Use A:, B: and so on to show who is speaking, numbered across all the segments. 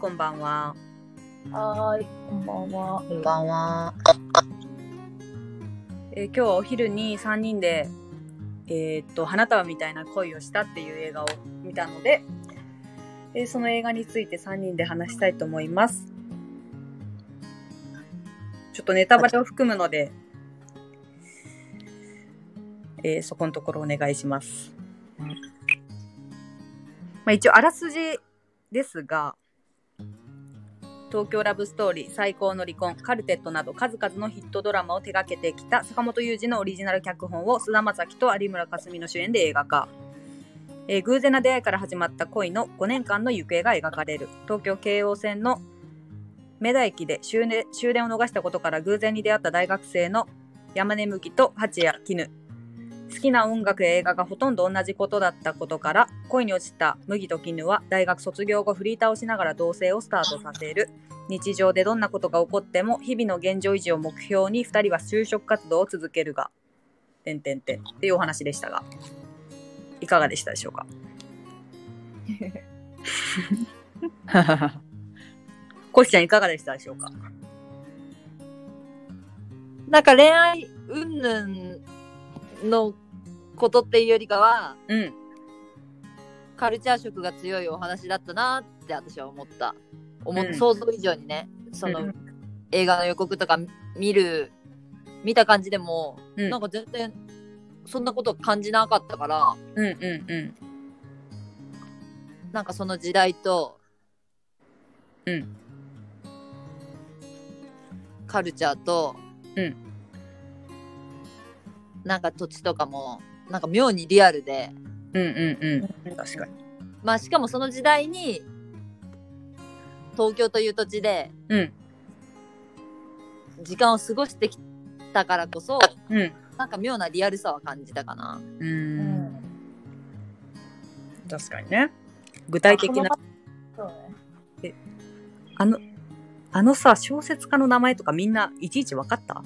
A: こんばんは。
B: はーい、こんばんは。
C: こんばんは。
A: えー今日はお昼に3人で、えーっと、花束みたいな恋をしたっていう映画を見たので、えーその映画について3人で話したいと思います。ちょっとネタバレを含むので、えーそこのところお願いします。まあ、一応、あらすじですが、東京ラブストーリー、最高の離婚、カルテットなど数々のヒットドラマを手掛けてきた坂本雄二のオリジナル脚本を菅田将暉と有村架純の主演で映画化、えー偶然な出会いから始まった恋の5年間の行方が描かれる東京京王線の目田駅で終電終電を逃したことから偶然に出会った大学生の山根麦と蜂谷絹好きな音楽や映画がほとんど同じことだったことから恋に落ちた麦と絹は大学卒業後フリーターをしながら同棲をスタートさせる日常でどんなことが起こっても日々の現状維持を目標に2人は就職活動を続けるがてんてんてんっていうお話でしたがいかがでしたでしょうかコシちゃんいかがでしたでしょうか
B: なんか恋愛云々のことっていうよりかは、
A: うん
B: カルチャー色が強いお話だったなって私は思った。思っ
A: うん
B: 想像以上にね、その、
A: うん
B: 映画の予告とか見る、見た感じでも、
A: うん
B: なんか全然そんなこと感じなかったから、
A: うんうんうん
B: なんかその時代と、
A: うん
B: カルチャーと、
A: うん
B: なんか土地とかも、なんか妙にリアルで、
A: うんうんうん確かに
B: まあしかもその時代に、東京という土地で
A: うん
B: 時間を過ごしてきたからこそ、
A: うん
B: なんか妙なリアルさは感じたかな。
A: うーん確かにね具体的な
C: そうね。
A: あのあのさ小説家の名前とかみんないちいち分かった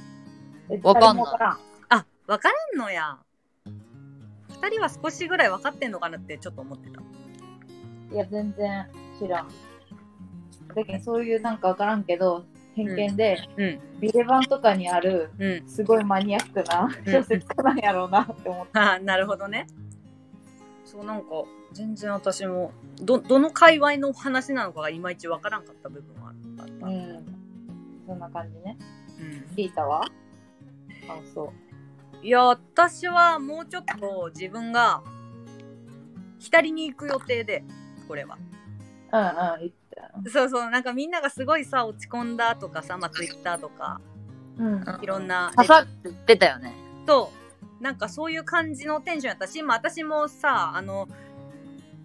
C: え
B: わかんない
C: 誰もわからん
A: あ、わからんのや。二人は少しぐらい分かってんのかなってちょっと思ってた。
C: いや、全然知らん。だけど、そういうなんかわからんけど、偏見で、
A: うん、
C: ビレバンとかにある、
A: うん。
C: すごいマニアックな
A: うん
C: 小説家なんやろうなって思っ。
A: ああ、なるほどね。そう、なんか、全然私も、ど、どの界隈の話なのかがいまいち分からんかった部分はあったた。
C: う
A: うん。
C: ん。そんな感じね。リータは感想。
A: いや、私はもうちょっと自分が、左に行く予定で、これは。
C: うんうん、言ってた。
A: そうそう、なんかみんながすごいさ、落ち込んだとかさ、まあ、ツイッターとか、
C: うん。
A: いろんな。
B: 刺さって言ってたよね。
A: となんかそういう感じのテンションやったし、まあ、私もさあの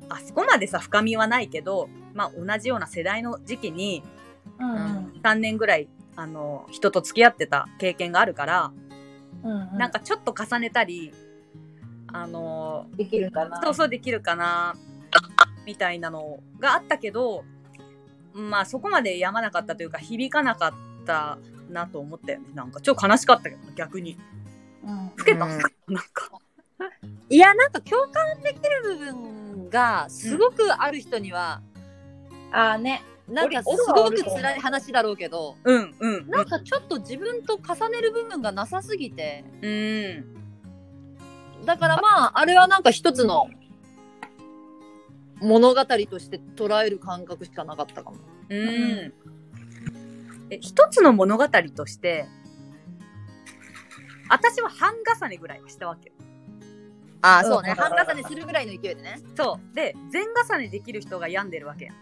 A: あそこまでさ深みはないけど、まあ、同じような世代の時期に
C: うんうん。
A: 3年ぐらいあの人と付き合ってた経験があるから、
C: うん。
A: なんかちょっと重ねたりあの
C: できるかな。
A: そうそうできるかなみたいなのがあったけど、まあ、そこまでやまなかったというか響かなかったなと思ったよねなんかちょっと悲しかったけど逆に
C: うん。
A: 老けた、
B: うん
A: なんか。
B: いや、なんか共感できる部分がすごくある人には、
C: ああね。
B: なんかすごく辛い話だろうけど、
A: うんうん
B: なんかちょっと自分と重ねる部分がなさすぎて、
A: うん
B: だからまあ、あれはなんか一つの物語として捉える感覚しかなかったかも。
A: うんえ一つの物語として私は半重ねぐらいはしたわけよ
B: あ
C: あそうね
B: 半重ねするぐらいの勢いでね。
A: そうで全重ねできる人が病んでるわけやん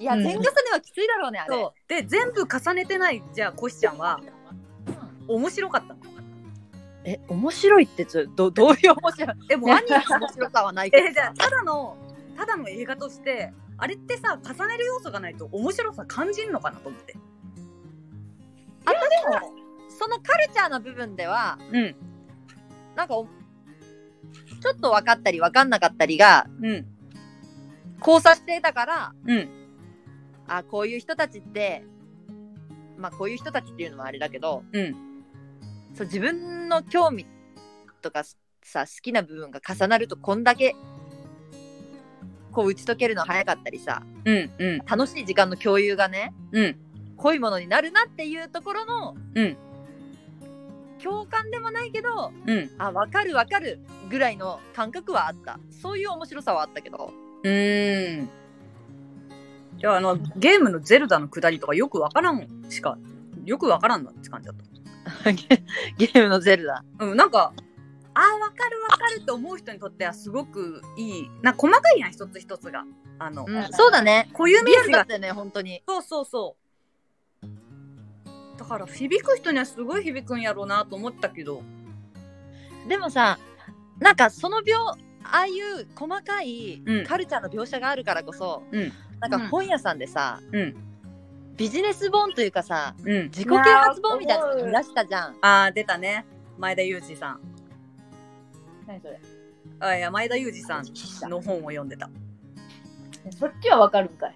B: いや、
C: うん
B: 全重ねはきついだろうね、あれ。
A: そうで全部重ねてないじゃあコシちゃんは面白かったの
B: え、面白いってつ、ど どういう面白い
A: でも
B: 何
A: 何
B: が面白さはないけ ど
A: えじゃあただのただの映画としてあれってさ重ねる要素がないと面白さ感じんのかなと思って
B: でもそのカルチャーの部分では
A: うん
B: なんかおちょっと分かったり分かんなかったりが
A: うん
B: 交差していたから
A: うん
B: あこういう人たちってまあこういう人たちっていうのもあれだけど
A: うん
B: そう自分の興味とかさ好きな部分が重なるとこんだけこう打ち解けるの早かったりさ
A: うんうん
B: 楽しい時間の共有がね
A: うん
B: 濃いものになるなっていうところの、
A: うん
B: 共感でもないけど
A: うん
B: あ分かる分かるぐらいの感覚はあったそういう面白さはあったけど
A: うーんじゃああのゲームの「ゼルダ」の下りとかよくわからんしかよくわからんなって感じだっ
B: ゲームのゼルダ
A: た、うん、なんかあーわかるわかるって思う人にとってはすごくいいなんか細かいやん一つ一つがあの、
B: うん、そうだね。
A: 固有名
B: リア
A: 詞
B: ルだ
A: が
B: ったよね、本当に。
A: そうそうそうだから響く人にはすごい響くんやろうなと思ったけど
B: でもさ、なんかその秒、ああいう細かい
A: うん
B: カルチャーの描写があるからこそ、
A: うん
B: なんか本屋さんでさ、
A: うん
B: ビジネス本というかさ、
A: うん
B: 自己啓発本みたいなの出したじゃん。
A: ああ出たね前田裕二さん
C: 何それ
A: あいや前田裕二さんの本を読んでた
C: そっちはわかるんかい。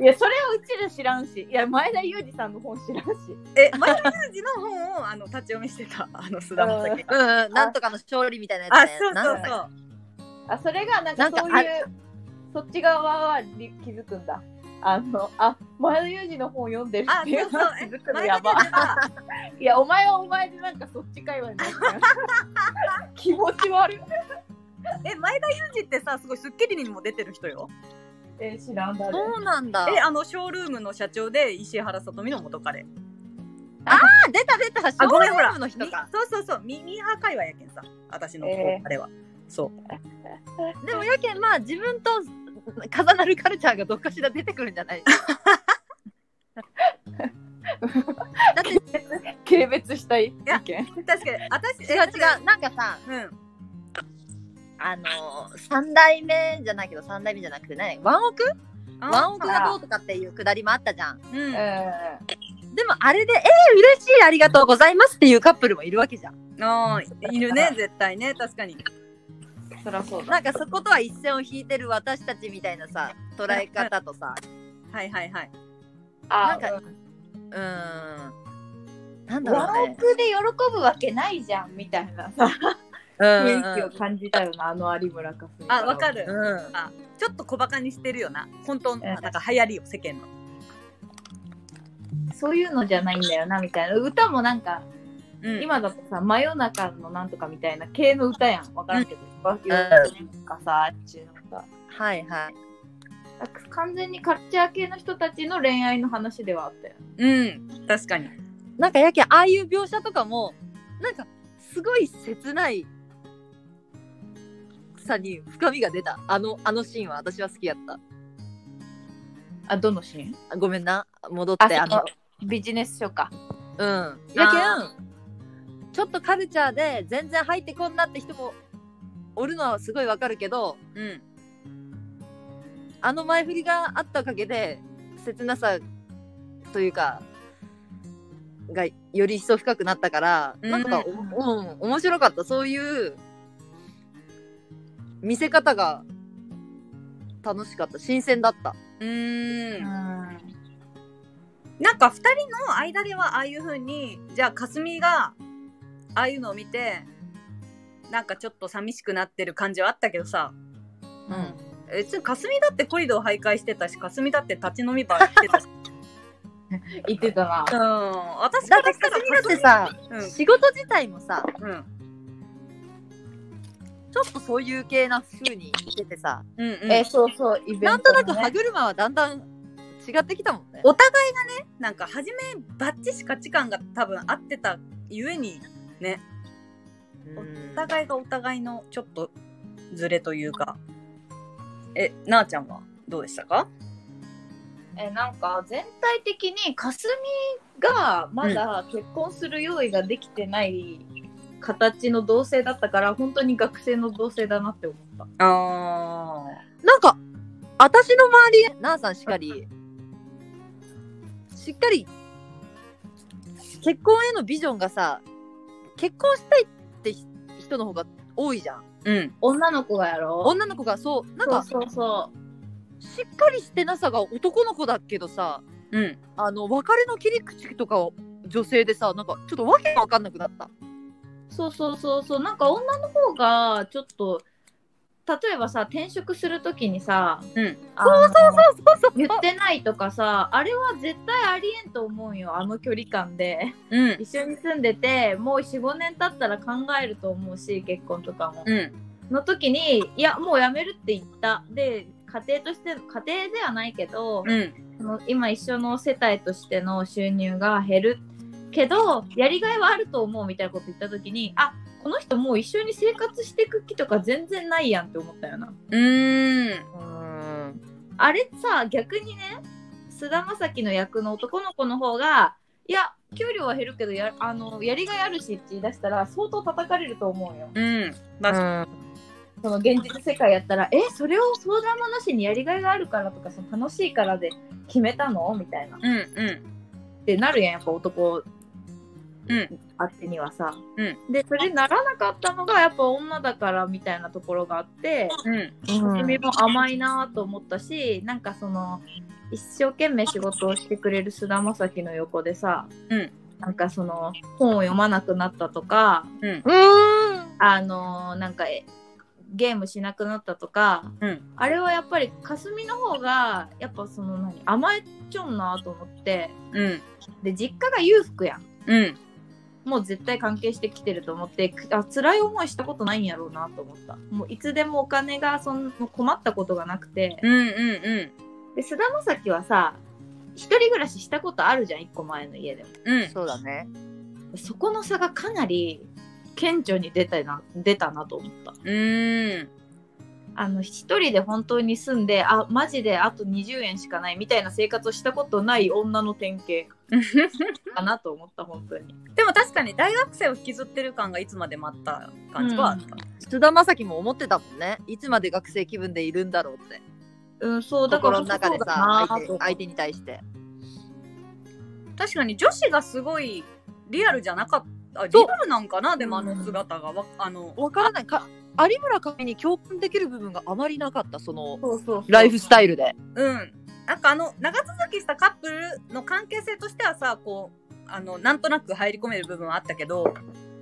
C: いや、それはうちら知らんし。いや、前田裕二さんの本知らんし。
A: え前田裕二の本をあの立ち読みしてたあの須田まさき
B: うんうん、なんとかの勝利みたいなや
A: あ
B: つね。
A: そう
B: なん
A: そう
B: だ
A: そ
B: っ
A: う
C: あ、それがなんかそう
B: なん
C: いう、そっち側はり気づくんだ。あの、あ、前田裕二の本読んでる
A: あ
C: っていう
A: そうそうえ
C: 気づくの
A: 前田
C: や
A: 裕二
C: ば。
A: はい
C: や、お前はお前でなんか そっちかいわね。気持ち悪い。
A: え前田裕二ってさすごい『スッキリ』にも出てる人よ
C: え、知らんだ
B: け
C: ね。
B: そうなんだ。
A: えあのショールームの社長で石原さとみの元彼
B: あ、出た出た、ショ
A: あ
B: ー
A: ご
B: ル
A: めんほ
B: ー
A: ら
B: ムの人か。
A: そうそうそうミミーハー会話やけんさ私の
C: えー
A: あれは、 そう
B: でもやけん、まあ自分と重なるカルチャーがどっかしら出てくるんじゃない だって
C: 軽蔑したい意
A: や
C: 見。
A: 確かに私
B: 違う違うなんかさ
A: ううん
B: あのー、3代目じゃないけど3代目じゃなくてねワンオク
A: あ
B: ワンオクがどうとかっていうくだりもあったじゃ
A: う
B: ん
A: ん
C: う
B: でもあれで「えー、嬉しいありがとうございます」っていうカップルもいるわけじゃん
A: あーいるね絶対ね確かに
C: ん。そりゃそうだ。
B: なんかそことは一線を引いてる私たちみたいなさ捉え方とさ
A: はいはいはい
B: な
C: あ、
B: んか
C: うん
B: うーんなんだろ
C: ワ
B: う
C: ンオ
B: ね
C: クで喜ぶわけないじゃんみたいなさ
B: うん
C: 雰囲気を感じたよな、あの有村架純。
A: あわかる、
B: うんうん
A: あちょっと小バカにしてるよな本当のなんか流行りよ世間の
C: そういうのじゃないんだよなみたいな歌もなんか、
A: うん
C: 今だとさ真夜中のなんとかみたいな系の歌やんわからんけど、わ夜中とかさあっちの歌
B: はいはい
C: 完全にカルチャー系の人たちの恋愛の話ではあったよ
A: うん確かに
B: なんかやけんああいう描写とかもなんかすごい切ないさに深みが出たあのあのシーンは私は好きやった
C: あどのシーン
B: あごめんな戻っ
C: あ
B: てあの
C: ビジネス書か
B: うんや
A: あ
B: けんちょっとカルチャーで全然入ってこんなって人もおるのはすごいわかるけど
A: うん
B: あの前振りがあったおかげで切なさというかがより一層深くなったから、
A: うん
B: なんかお、うん、面白かったそういう見せ方が楽しかった新鮮だった
A: うー
C: うんん
A: なんか2人の間ではああいう風にじゃあかすみがああいうのを見てなんかちょっと寂しくなってる感じはあったけどさ
B: う
A: 別にかすみだってコリドー徘徊してたしかすみだって立ち飲み場行ってたし
C: 言ってたな
A: うん私
B: だ
A: か
B: って
A: ら
B: かすみだってさ、
A: うん
B: 仕事自体もさ
A: うん
B: ちょっとそういう系な風に見ててさ、
A: うんうん
C: えそうそうイベント、ね、
B: なんとなく歯車はだんだん違ってきたもんね
A: お互いがねなんか初めバッチし価値観が多分合ってたゆえにお互いがお互いのちょっとズレというかえなあちゃんはどうでしたか
C: えなんか全体的にかすみがまだ結婚する用意ができてない形の同棲だったから本当に学生の同棲だなって思った
A: あ
B: なんか、私の周り、なあさんしっかり、しっかり、結婚へのビジョンがさ、結婚したいってひ人の方が多いじゃん。
A: うん
C: 女の子がやろ
B: 女の子がそう、なん
C: そう
B: か、
C: そうそ
B: しっかりしてなさが男の子だけどさ、
A: うん
B: あの、別れの切り口とかは女性でさ、なんか、ちょっとわけがわかんなくなった。
C: うそうそうそうそうなんか女の方がちょっと例えばさ転職するときにさ、
A: うん
C: あの
B: そうそう
C: 言ってないとかさあれは絶対ありえんと思うよあの距離感で
A: うん
C: 一緒に住んでてもう45年経ったら考えると思うし結婚とかも、
A: うん
C: の時にいやもう辞めるって言ったで家庭として家庭ではないけど、
A: うん
C: その今一緒の世帯としての収入が減るけどやりがいはあると思うみたいなこと言った時にあこの人もう一緒に生活していく気とか全然ないやんって思ったよな
A: うーん
B: うん
C: あれさ逆にね菅田将暉の役の男の子の方がいや給料は減るけどやあのやりがいあるしって言い出したら相当叩かれると思うよ
A: うん確か
C: その現実世界やったらえそれを相談もなしにやりがいがあるからとかその楽しいからで決めたのみたいな
A: うんうん
C: ってなるやんやっぱ男
A: うん
C: あってにはさ、
A: うん
C: でそれならなかったのがやっぱ女だからみたいなところがあって
A: うん
C: 君も甘いなと思ったしなんかその一生懸命仕事をしてくれる菅田将暉の横でさ、
A: うん
C: なんかその本を読まなくなったとか
A: うん
B: うん
C: あのーなんかえゲームしなくなったとか、
A: うん
C: あれはやっぱり霞の方がやっぱその何甘えちょんなと思って
A: うん
C: で実家が裕福やん。
A: うん
C: もう絶対関係してきてると思ってあ辛い思いしたことないんやろうなと思ったもういつでもお金がそんもう困ったことがなくて
A: うんうんうん
C: で菅田将暉はさ一人暮らししたことあるじゃん1個前の家でも
A: うん
B: そうだね
C: でそこの差がかなり顕著に出たな出たなと思った
A: うーん
C: あの一人で本当に住んであマジであと20円しかないみたいな生活をしたことない女の典型かなと思った本当に
A: でも確かに大学生を引きずってる感がいつまで待った感じはあった。
B: 菅田将暉も思ってたもんねいつまで学生気分でいるんだろうって
C: うんそうだから
B: 心の中で
C: そうだ
B: さ
C: なと
B: 相
C: 思
B: 手
C: った
B: 相手に対して
A: 確かに女子がすごいリアルじゃなかった。あリ
B: そう
A: アルなんかなでもあの姿がわ、あの
B: わからないか有村架純に共感できる部分があまりなかったその
C: そうそうそう
B: ライフスタイルで
A: うんなんかあの長続きしたカップルの関係性としてはさこうあのなんとなく入り込める部分はあったけど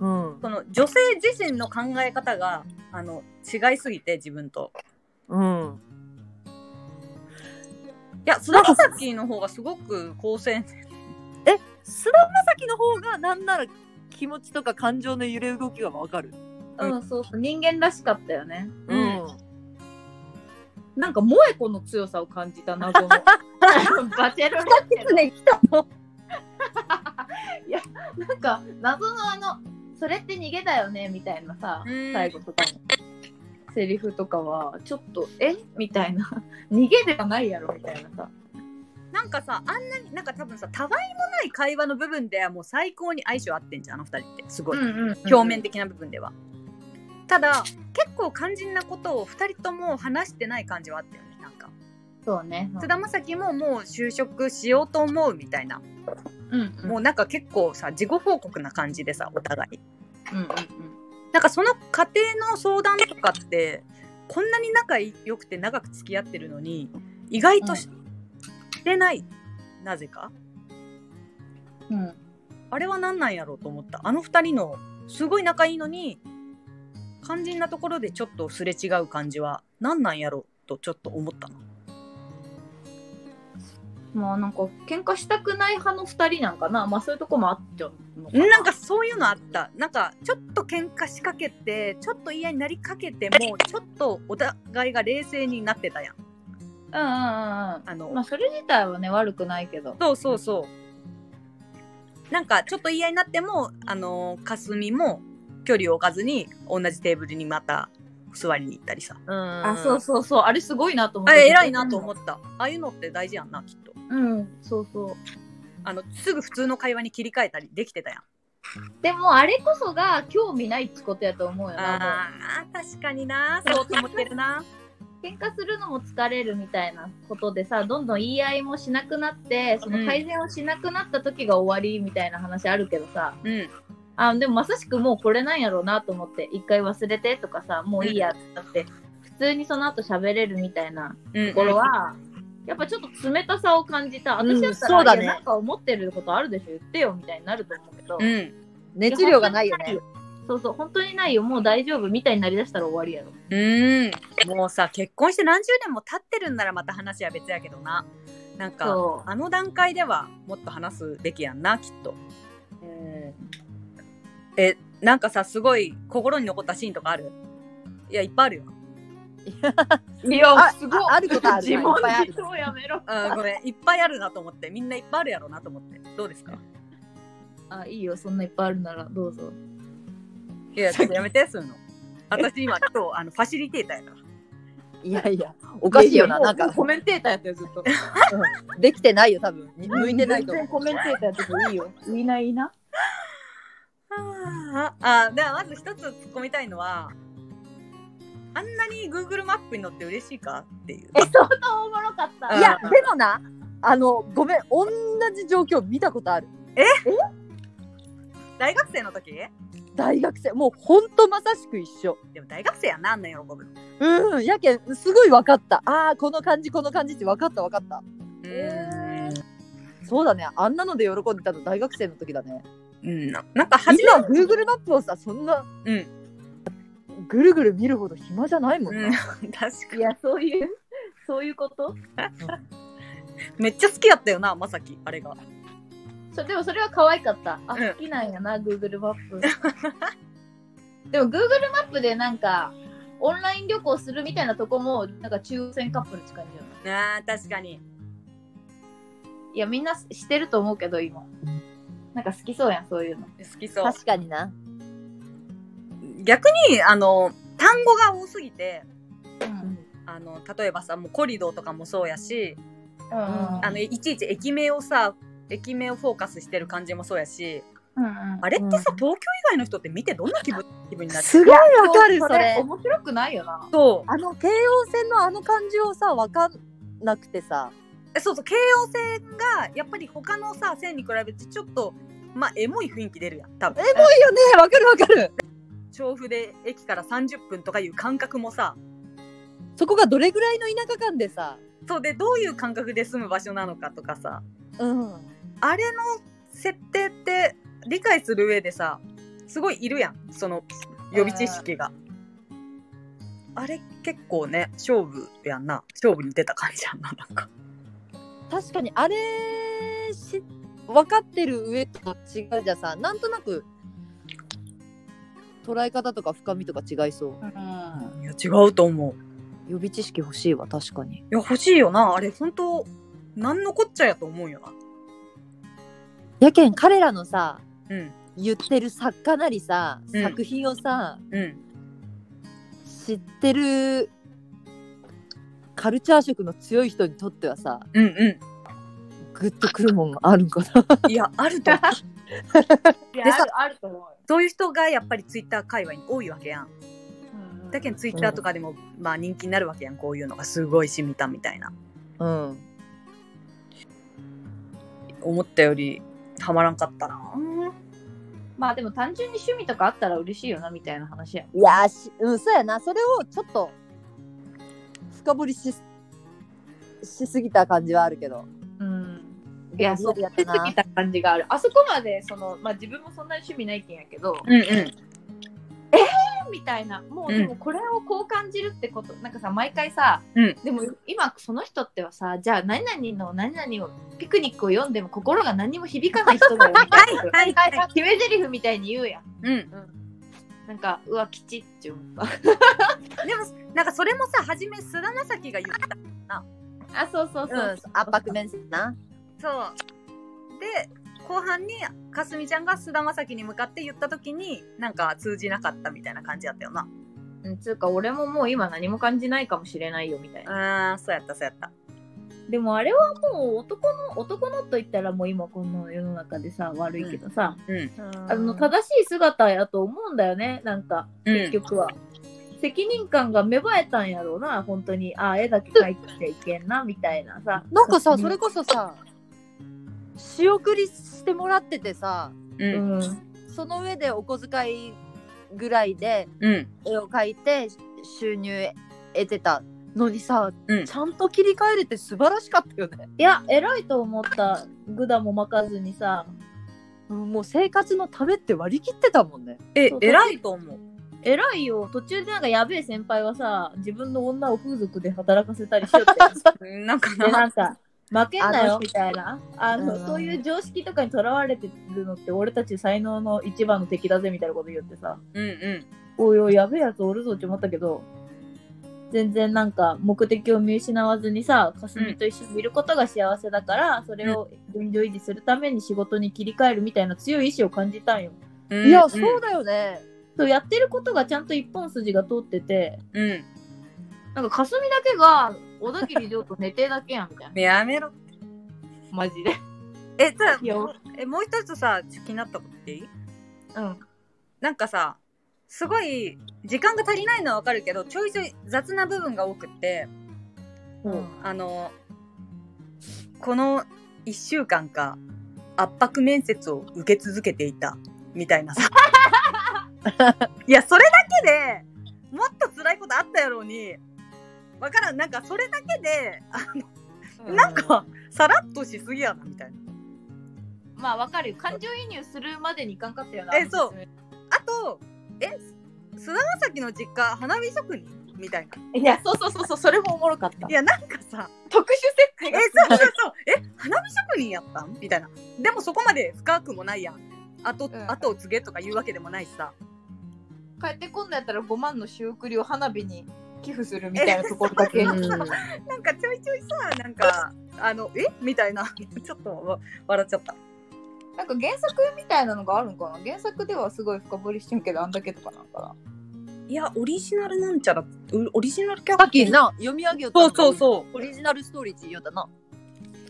B: うん
A: その女性自身の考え方があの違いすぎて自分と。
B: うん
A: いや菅田将暉の方がすごく好青年
B: 菅田将暉の方がなんなら気持ちとか感情の揺れ動きがわかる
C: うん、そうそう人間らしかったよね。
A: うん
C: なんか萌え子の強さを感じた謎 のバチェロレッテ
B: ね来た の
C: のなんか謎のあの「それって逃げだよね」みたいなさ
A: うん
C: 最後とかのセリフとかはちょっと「えみたいな 「逃げではないやろ」みたいなさ
A: なんかさあんなになんか多分さたわいもない会話の部分ではもう最高に相性合ってんじゃんあの二人ってすごい、表面的な部分ではただ結構肝心なことを二人とも話してない感じはあったよねなんか
C: そうね
A: 菅田将暉ももう就職しようと思うみたいな、
C: うんうんうん
A: もうなんか結構さ事後報告な感じでさお互い
C: うん
A: なんかその家庭の相談とかってこんなに仲良くて長く付き合ってるのに意外としてない、なぜか
C: うんうん
A: あれは何なんやろうと思ったあの2人のすごい仲いいのに肝心なところでちょっとすれ違う感じは何なんやろうとちょっと思ったの
C: もうなんか喧嘩したくない派の2人なんかなまあそういうとこもあっちゃうの
A: なんかそういうのあったなんかちょっと喧嘩しかけてちょっと嫌になりかけてもちょっとお互いが冷静になってたやん
C: うんうんうんうん
A: あの、
C: まあそれ自体はね悪くないけど
A: そうそうそうなんかちょっと言い合いになってもあのーかすみも距離を置かずに同じテーブルにまた座りに行ったりさ
B: うん
C: あそうそうそうあれすごいなと思っ
A: あ
C: て
A: 偉いなと思ったああいうのって大事やんなきっと
C: うんそうそう
A: あのすぐ普通の会話に切り替えたりできてたやん
C: でもあれこそが興味ないってことやと思うよな
A: あー確かになそうと思ってる な
C: もう喧嘩するのも疲れるみたいなことでさどんどん言い合いもしなくなってその改善をしなくなった時が終わりみたいな話あるけどさ、
A: うん
C: あでもまさしくもうこれなんやろうなと思って一回忘れてとかさもういいやってなって普通にその後喋れるみたいな
A: うん
C: ところは、やっぱちょっと冷たさを感じた私だ
B: う
C: ったら、
B: んそうだね
C: いやなんか思ってることあるでしょ言ってよみたいになると思うけど、
A: うん
B: 熱量がないよね
C: そうそう本当にないよもう大丈夫みたいになりだしたら終わりやろ
A: うーんもうさ結婚して何十年も経ってるんならまた話は別やけどななんか
C: そ
A: あの段階ではもっと話すべきやんなきっと
C: う、うん、
A: えなんかさすごい心に残ったシーンとかあるいやいっぱいあるよ
C: いや
B: あ
C: すごい
B: ああることある
C: 自問
B: いっぱいある
C: 自答やめろ
A: あーごめんいっぱいあるなと思ってみんないっぱいあるやろうなと思ってどうですか
C: あいいよそんないっぱいあるならどうぞ
A: いやちょっとやめてすんの私今今日あのファシリテーターやから
B: いやいや、おかしいよな、
C: や
B: な
C: や
B: ん
C: もう
B: か、
C: コメンテーターやったよずっと
B: できてないよ、多分。向いてないと
C: 全
B: 思
C: 然コメンテーターやったけどいいよいいないいな
A: あーあーではまず一つ突っ込みたいのはあんなに Google マップに乗って嬉しいかっていう
C: え相当おもろかっ
A: う
B: う。
A: ん
B: い
C: た
B: や、でもな、あの、ごめん、同じ状況見たことある。
A: 大学生の時
B: 大学生、もうほんとまさしく一緒。
A: でも大学生やんなあんなん喜ぶの
B: うん、やけん、すごい分かった。ああ、この感じ、この感じって分かった、分かった。
A: う
B: そうだね、あんなので喜んでたの大学生の時だね。
A: んななんか初め
B: 今、Google マップをさ、そんな、
A: うん
B: ぐるぐる見るほど暇じゃないもん
A: うん
B: な。
A: 確か
C: いやそういうそういうこと
A: めっちゃ好きやったよなまさきあれが
C: そでもそれは可愛かったあ、
A: うん
C: 好きなんやな Google マップ でも Google マップでなんかオンライン旅行するみたいなとこもなんか中央線カップル近いんじゃない
A: あー確かに
C: いやみんなしてると思うけど今なんか好きそうやんそういうの
A: 好きそう
B: 確かにな。
A: 逆にあの単語が多すぎて
C: うん
A: あの例えばさもうコリドーとかもそうやし
C: うんうん
A: あのいちいち駅名をさ駅名をフォーカスしてる感じもそうやし
C: うんうん
A: あれってさ、東京以外の人って見てどんな気分気分になる
B: すごい分かる、それ。
C: 面白くないよな
A: そう
B: あの、京王線のあの感じをさ、分かんなくてさ。
A: えそうそう京王線がやっぱり他のさ線に比べてちょっとまあエモい雰囲気出るやん多分
B: エモいよねわかるわかる
A: 調布で駅から30分とかいう感覚もさ
B: そこがどれぐらいの田舎間でさ
A: そうでどういう感覚で住む場所なのかとかさ
B: うん
A: あれの設定って理解する上でさすごいいるやんその予備知識が。あれ結構ね勝負やんな勝負に出た感じやんななんか。
B: 確かにあれし分かってる上と違うじゃさなんとなく捉え方とか深みとか違いそう
C: うん
A: いや違うと思う。
B: 予備知識欲しいわ確かに
A: いや欲しいよなあれ本当なんのこっちゃやと思うよな。
B: やけん彼らのさ
A: うん
B: 言ってる作家なりさ
A: うん
B: 作品をさ、
A: うん
B: 知ってるカルチャー色の強い人にとってはさ
A: うんう
B: グッとくるもんがあるんかな
A: ん。いやあると思う
C: いや
A: でさ
C: あるあると思うよ
A: そういう人がやっぱりツイッター界隈に多いわけやん。
C: うんうん
A: だけどツイッターとかでも、まあ人気になるわけやんこういうのがすごいしみたみたいな。
B: うん
A: 思ったよりハマらんかったな。
C: まあでも単純に趣味とかあったら嬉しいよなみたいな話や
B: いやーし、うん、そうやな。それをちょっと深掘りししすぎた感じはあるけど。
C: うんいやそう
B: や
C: や
B: っ
C: ったて
B: な
C: きた感じがあるあそこまでそのまあ自分もそんなに趣味ないけんやけど、
A: うんうん。
C: みたいなもう
A: うん
C: でもこれをこう感じるってこと、なんかさ毎回さ、
A: うん
C: でも今その人ってはさじゃあ何々の何々をピクニックを読んでも心が何も響かない人だよ みたいな
A: はいはいはい
C: 決め台詞みたいに言うやん
A: うん。
C: なんかうわきちって思った
A: でもなんかそれもさ初め菅田将暉が言った
C: あそうそうそう、
B: うん、圧迫面接な。
A: そうで後半にかすみちゃんが菅田将暉に向かって言った時になんか通じなかったみたいな感じだったよな
C: うん、つうか俺ももう今何も感じないかもしれないよみたい
A: あ
C: な
A: ーそうやったそうやった
C: でもあれはもう男の男のと言ったらもう今この世の中でさ悪いけどさ、
A: うん
C: あの正しい姿やと思うんだよねなんか
A: うん
C: 結局は、責任感が芽生えたんやろうな本当にああ絵だけ描いてきゃいけんなみたいなさ
B: なんかさ、
C: うん
B: それこそさ、仕送りしてもらっててさ、
A: う
C: うんん
B: その上でお小遣いぐらいで
A: うん
B: 絵を描いて収入得てたのにさ、
A: うん
B: ちゃんと切り替えれて素晴らしかったよね。
C: いや偉いと思ったグダも巻かずにさ
B: うんもう生活のためって割り切ってたもんね。
A: え
C: そう
A: 偉いと思う
C: 偉いよ途中でなんかやべえ先輩はさ自分の女を風俗で働かせたりしよう って
A: うんなんか
C: でな
A: なん
C: か負けんな
B: あ
C: よ
B: の
C: みたいなあ
B: う
C: の
B: ん
C: そういう常識とかにとらわれてるのって俺たち才能の一番の敵だぜみたいなこと言ってさ
A: うんうん
C: おいおいやべえやつおるぞって思ったけど全然なんか目的を見失わずにさかすみと一緒にいることが幸せだから、それを現状維持するために仕事に切り替えるみたいな強い意志を感じたんよ。
A: うん
B: いや、そうだよね。
C: そうやってることがちゃんと一本筋が通ってて
A: うん
C: なんかかすみだけが小田切城と寝てだけやんみ たいな
A: やめろ
C: マジで。
A: えただ
C: いやお
A: えもう一つさちょっと気になったこと言っていい
C: うん
A: なんかさすごい時間が足りないのはわかるけどちょいちょい雑な部分が多くって
C: うん
A: あのこの1週間か圧迫面接を受け続けていたみたいな さいやそれだけでもっと辛いことあったやろうにわからんなんかそれだけであなんかさらっとしすぎやなみたいな
C: まあわかるよ感情移入するまでにいかんかったよな
A: えそうあとえ菅田将暉の実家花火職人みたいない
C: やそうそうそうそうそれもおもろかった
A: いやなんかさ
C: 特殊設定
A: えそうそうそうえ花火職人やったんみたいなでもそこまで深くもないやん後,、
C: ん
A: 後を継げとか言うわけでもないしさ
C: 帰ってこんのやったら5万の仕送りを花火に寄付するみ
A: たいなところだけ
B: うん
A: なんかちょいちょいさなんかあのえみたいな ちょっとわ笑っちゃった
C: なんか原作みたいなのがあるんかな原作ではすごい深掘りしてるけどあんだけとかなんかない
A: やオリジナルなんちゃらうオリジナルキャ
B: さ
A: ラ
B: っきな、読み上げよった
A: そう
B: の
A: そうそう
B: オリジナルストーリーって言おうたな。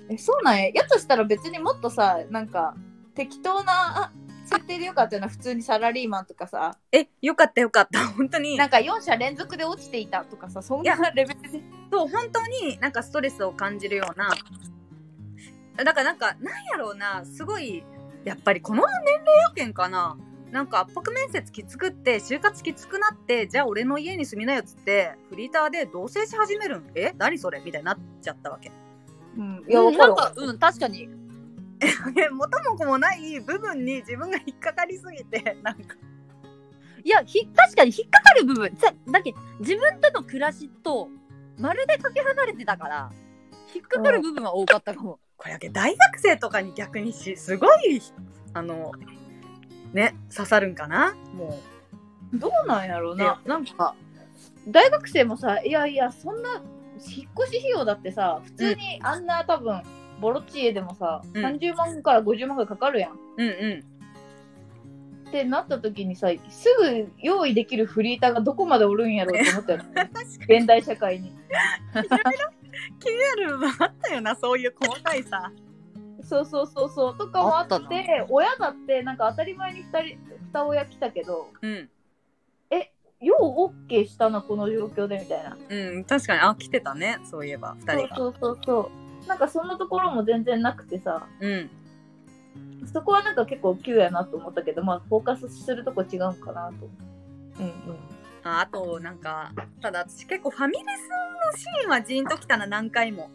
C: えそうなんややとしたら別にもっとさなんか適当なあ設定でよかったよな普通にサラリーマンとかさ
A: えよかったよかった本当に
C: なんか4社連続で落ちていたとかさそんなレベルで
A: そう本当になんかストレスを感じるようなだからなんかなんやろうなすごいやっぱりこの年齢要件かななんか圧迫面接きつくって就活きつくなってじゃあ俺の家に住みなよっつってフリーターで同棲し始めるんえ何それみたいになっちゃったわけ
C: うんい
B: いや、
C: や
B: う
C: わ
B: ん、な
C: かる
B: んか、うん、確かに。
A: え元も子もない部分に自分が引っかかりすぎてなんか
B: いや、ひ、確かに引っかかる部分。さだけ、自分との暮らしと、まるでかけ離れてたから、引っかかる部分は多かったかも。
A: これだけ大学生とかに逆にしすごいあのね刺さるんかなも
C: どうなんやろう
A: いや
C: な。なんか、大学生もさ、いやいや、そんな、引っ越し費用だってさ、普通にあんな多分、ボロっち家でもさ、
A: うん
C: 30万から50万がかかるやん。
A: ううんうん
C: ってなった時にさ、すぐ用意できるフリーターがどこまでおるんやろうって思ったよね。現代社会に。
A: 気になる部分あったよなそういう細かいさ
C: そうそうそうそう。とかもあって
B: あったな
C: 親だってなんか当たり前に2人、二親来たけど、
A: うん
C: よう OK したな、この状況でみたいな。
A: うん確かにあ来てたねそういえば2人が
C: そうそうそうそう。なんかそんなところも全然なくてさ。
A: うん
C: そこはなんか結構急やなと思ったけど、まあフォーカスするとこ違うんかなと。うんうん。
A: ああとなんかただ私結構ファミレスのシーンはジーンときたな何回も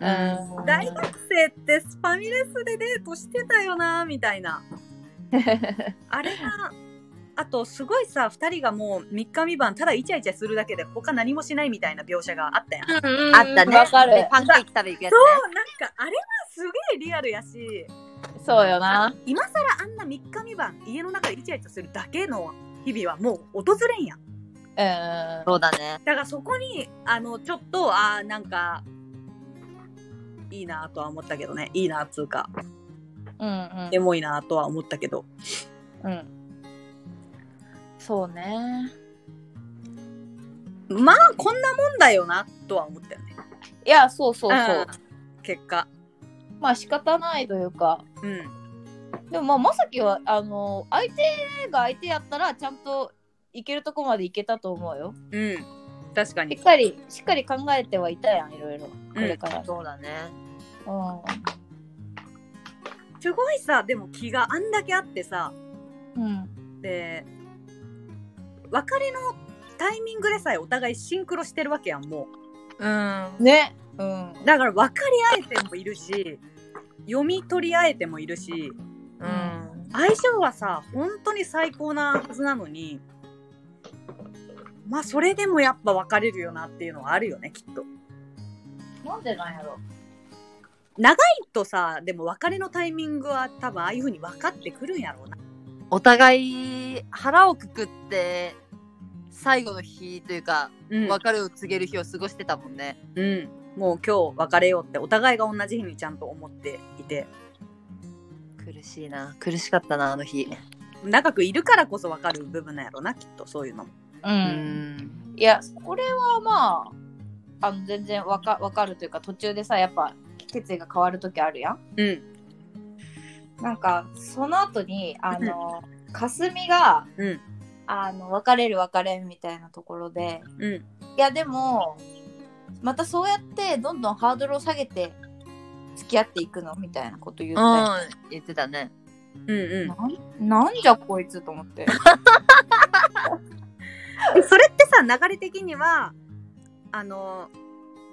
B: うん
A: 大学生ってファミレスでデートしてたよなみたいなあれがあとすごいさ2人がもう3日三晩ただイチャイチャするだけで他何もしないみたいな描写があったやんそう
B: あったね。
C: わかる
B: でパンケーキ食べ行くやつね。
A: なんかあれはすげえリアルやし
C: そうよな。
A: 今更あんな3日3晩家の中でイチャイチャするだけの日々はもう訪れんやん
C: うん。
B: そうだね。
A: だからそこにあのちょっとあーなんかいいなとは思ったけどねいいなっつうか
C: うん
A: エモいなとは思ったけど
C: うん。うん。そうね。
A: まあこんなもんだよなとは思ったよね
C: いや、そうそうそう。
A: うん結果
C: まあ仕方ないというか。
A: うん
C: でもまあまさきは、あの、相手が相手やったらちゃんと行けるとこまで行けたと思うよ。
A: うん確か
C: しっ
A: に
C: かり、しっかり考えてはいたやん、いろいろ。これから。
B: そうだね。
A: すごいさでも気があんだけあってさ
C: うん。うん。
A: で別れのタイミングでさえお互いシンクロしてるわけやんもう
B: うん。
C: ね。うん。
A: だから分かり合えてもいるし読み取り合えてもいるし
B: うん。
A: 相性はさ本当に最高なはずなのにまあそれでもやっぱ別れるよなっていうのはあるよねきっと。
C: なんでなんやろ
A: とさでも別れのタイミングは多分ああいうふうに分かってくるんやろうな。
B: お互い腹をくくって最後の日というか
A: うん
B: 別れを告げる日を過ごしてたもんね、
A: うん、もう今日別れようってお互いが同じ日にちゃんと思っていて
B: 苦しいな苦しかったなあの日
A: 長くいるからこそ分かる部分なんやろうなきっとそういうのも。
C: う、
B: うんん
C: いやこれはまああの全然わかわかるというか途中でさやっぱ決意が変わる時あるやん
A: うん
C: なんかその後にあの霞が
A: うん
C: あの別れる別れんみたいなところで
A: うん
C: いやでもまたそうやってどんどんハードルを下げて付き合っていくのみたいなこと言うて
B: 言ってたね
A: うんうん
C: なんなんじゃこいつと思って
A: えそれってさ流れ的にはあの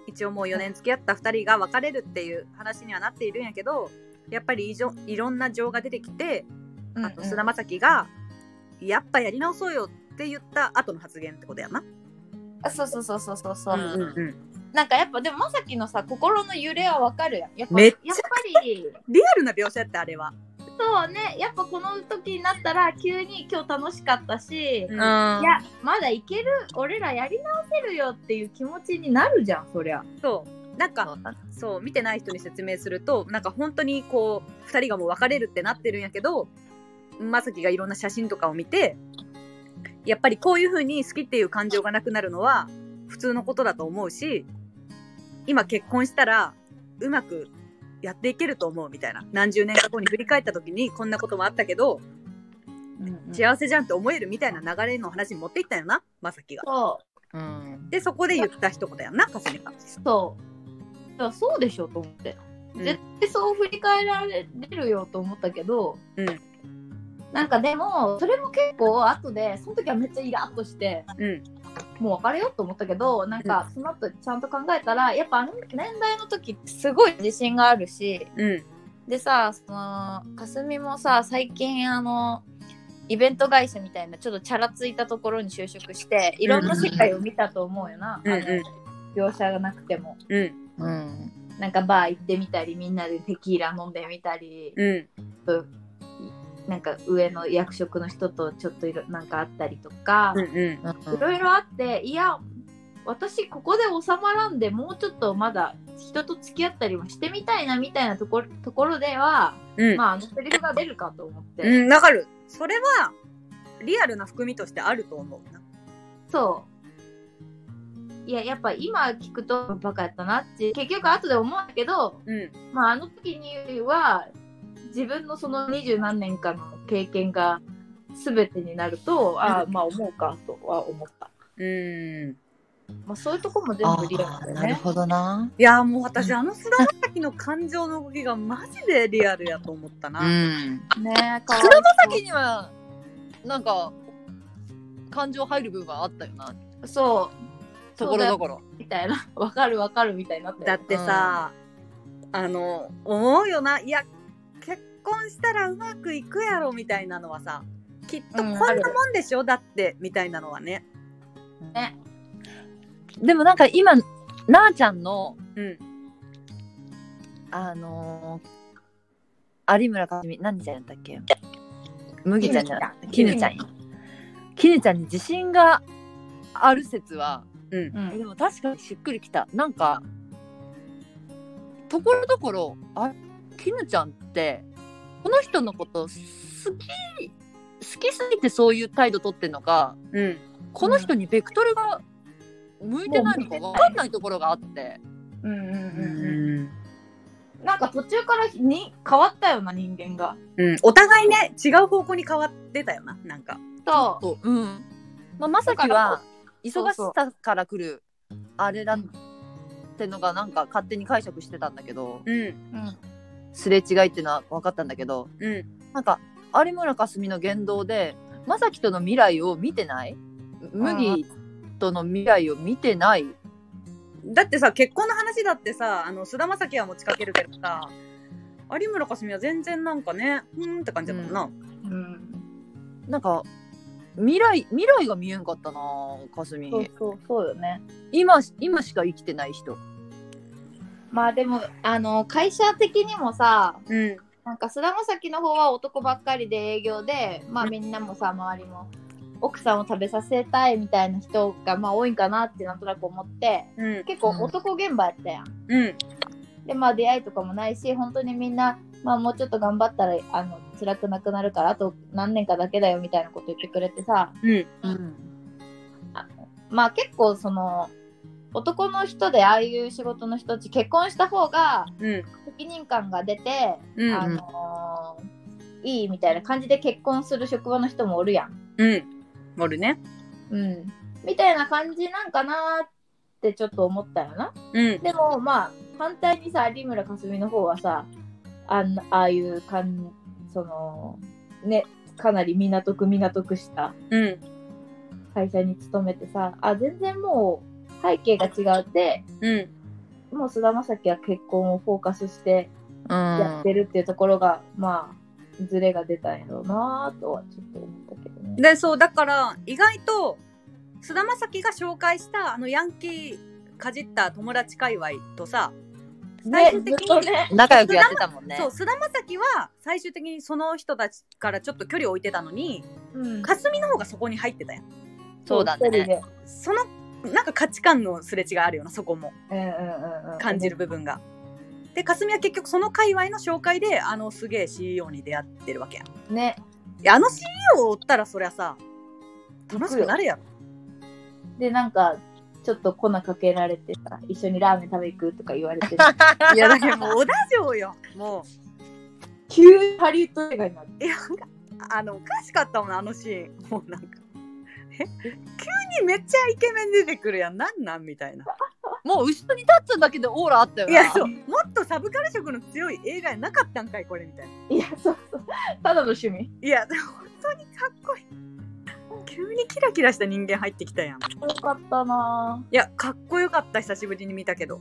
A: 一応もう4年付き合った2人が別れるっていう話にはなっているんやけどやっぱりいじょいろんな情が出てきて あと菅田将暉が「やっぱやり直そうよ」って言った後の発言ってことやな。
C: あそうそうそうそうそうそう、
B: うん
C: なんかやっぱでもまさきのさ心の揺れはわかるやんやっぱ
A: めっちゃ
C: やっぱり
A: リアルな描写やってあれは。
C: そうねやっぱこの時になったら急に今日楽しかったし、
A: うん
C: い
B: ん
C: やまだいける俺らやり直せるよっていう気持ちになるじゃんそりゃ
A: そうなんか
B: そうだ
A: そう見てない人に説明するとなんか本当にこう2人がもう別れるってなってるんやけどまさきがいろんな写真とかを見てやっぱりこういう風に好きっていう感情がなくなるのは普通のことだと思うし今結婚したらうまくやっていけると思うみたいな何十年か後に振り返った時にこんなこともあったけど幸せじゃんって思えるみたいな流れの話に持っていったよなまさきが。
C: そ
B: うん
A: でそこで言った一言やんなかすみが。
C: うそうだからそうでしょと思って、
A: うん
C: 絶対そう振り返られるよと思ったけど、
A: うん
C: なんかでもそれも結構後でその時はめっちゃイラッとして
A: うん
C: もう別れようと思ったけどなんかその後ちゃんと考えたらやっぱあの年代の時ってすごい自信があるし
A: うん
C: でさそのかすみもさ最近あのイベント会社みたいなちょっとチャラついたところに就職していろんな世界を見たと思うよな、
A: うん
C: あ
A: うん
C: の描写がなくても
A: うん
B: うん
C: なんかバー行ってみたりみんなでテキーラ飲んでみたり、
A: うん
C: となんか上の役職の人とちょっといろなんかあったりとか。
A: うんうん
C: いろいろあっていや私ここで収まらんでもうちょっとまだ人と付き合ったりもしてみたいなみたいなところところでは、
A: うん
C: まああのセリフが出るかと思って、
A: うん、わかる。それは、リアルな含みとしてあると思うな。
C: そういややっぱ今聞くとバカやったなって結局後で思うんだけど、
A: うん。
C: まあ、あの時には自分のその二十何年間の経験が全てになるとああまあ思うかとは思った、
A: うん。
C: まあ、そういうとこも全
B: あ
C: 部リアルだ
B: ー
C: よ
B: なる
C: ね
B: ほどない
A: や、もう私、あの菅田将暉の感情の動きがマジでリアルやと思ったな。
B: ん
C: ねえかわい
B: 菅
C: そう
B: 田将暉にはなんか感情入る部分はあったよな
C: そう。
B: ところどこ
C: ろ。
B: ろ
C: みたいな。わかるわかるみたいになって。
A: だってさ、あの、思うよな。いや、結婚したらうまくいくやろ、みたいなのはさ、きっとこんなもんでしょ、だって、みたいなのはね。
C: ね
B: でもなんか今なあちゃんの
A: うん。
B: あのー、有村架純何ちゃんやったっけ麦ちゃんじゃなくて
C: き
B: き
C: ぬ
B: ぬ
C: ち
B: ち
C: ゃ
B: ゃ
C: ん
B: んやきぬちゃんに自信がある説は
A: うん。
C: うん
B: でも確かにしっくりきたなんかところどころあきぬちゃんってこの人のこと好き好きすぎてそういう態度取ってんのか
A: うん。
B: この人にベクトルが向いてないのか分かんないところがあって
C: うんうんうん
A: うん。
C: うん。なんか途中からに変わったよな人間が。
A: うん。お互いね、違う方向に変わってたよな、なんか。
C: そう。
B: そう、うんまあ、まさきは忙しさから来るあれだってのがなんか勝手に解釈してたんだけど
A: うん。
C: うん。
B: すれ違いっていうのは分かったんだけど
A: うん。
B: なんか有村架純の言動で正樹との未来を見てない麦との未来を見てない
A: だってさ結婚の話だってさあの菅田将暉は持ちかけるけどさ有村架純は全然なんかねふーんって感じだもんな、
C: うん、
B: なんか未来未来が見えんかったなかすみ
C: そうそうそうよね
B: 今今しか生きてない人
C: まあでもあの会社的にもさ
A: うん
C: なんか菅田将暉の方は男ばっかりで営業でまあみんなもさ周りも奥さんを食べさせたいみたいな人がまあ多いんかなってなんとなく思って
A: うん
C: 結構
B: うん
C: 男現場やったやん
A: うん
C: でまあ出会いとかもないし本当にみんな、まあ、もうちょっと頑張ったらあの辛くなくなるからあと何年かだけだよみたいなこと言ってくれてさ
A: うん
B: うん
C: まあ結構その男の人でああいう仕事の人って結婚した方が
A: うん
C: 責任感が出て、
A: うん
C: あのーいいみたいな感じで結婚する職場の人もおるやん、
A: うんおるね
C: うん、みたいな感じなんかなーってちょっと思ったよな
A: うん
C: でもまあ反対にさ有村架純の方はさあんああいうかんそのねかなり港区港区した
A: うん
C: 会社に勤めてさあ全然もう背景が違うって
A: うん
C: もう菅田将暉は結婚をフォーカスして
B: う
C: やってるっていうところが、まあズレが出たんやろうなとはちょっと思ったけどね。
A: でそうだから意外と菅田将暉が紹介したあのヤンキーかじった友達界隈とさ最終
C: ねずっ
A: 的
C: と
A: に、
C: ね
B: 仲良くやってたもんね
A: そう菅田将暉は最終的にその人たちからちょっと距離を置いてたのに
C: うん
A: かすみの方がそこに入ってたやん
B: そうだね
C: 一人で
A: そのなんか価値観のすれ違いあるようなそこも
C: うんうんうんうん
A: 感じる部分が。でかすみは結局その界隈の紹介であのすげえ CEO に出会ってるわけやん。い
C: ね
A: やあの CEO を追ったらそりゃさ楽しくなるやろ。
C: でなんかちょっと粉かけられてさ一緒にラーメン食べ行くとか言われ て
A: いやだけどもう小田城よもう。
C: 急にハリウッド映画になる
A: いやなんかあのおかしかったもんあのシーンもうなんかえ急にめっちゃイケメン出てくるやんなんなんみたいな
B: もう後ろに立っただけでオーラあったよ
A: い
B: な
A: やそうもっとサブカル色の強い映画やなかったんかいこれみたいない
C: やそうそうただの趣味
A: いやでも本当にかっこいい急にキラキラした人間入ってきたやんい
C: よかったな
A: やかっこよかった久しぶりに見たけど
C: ぁ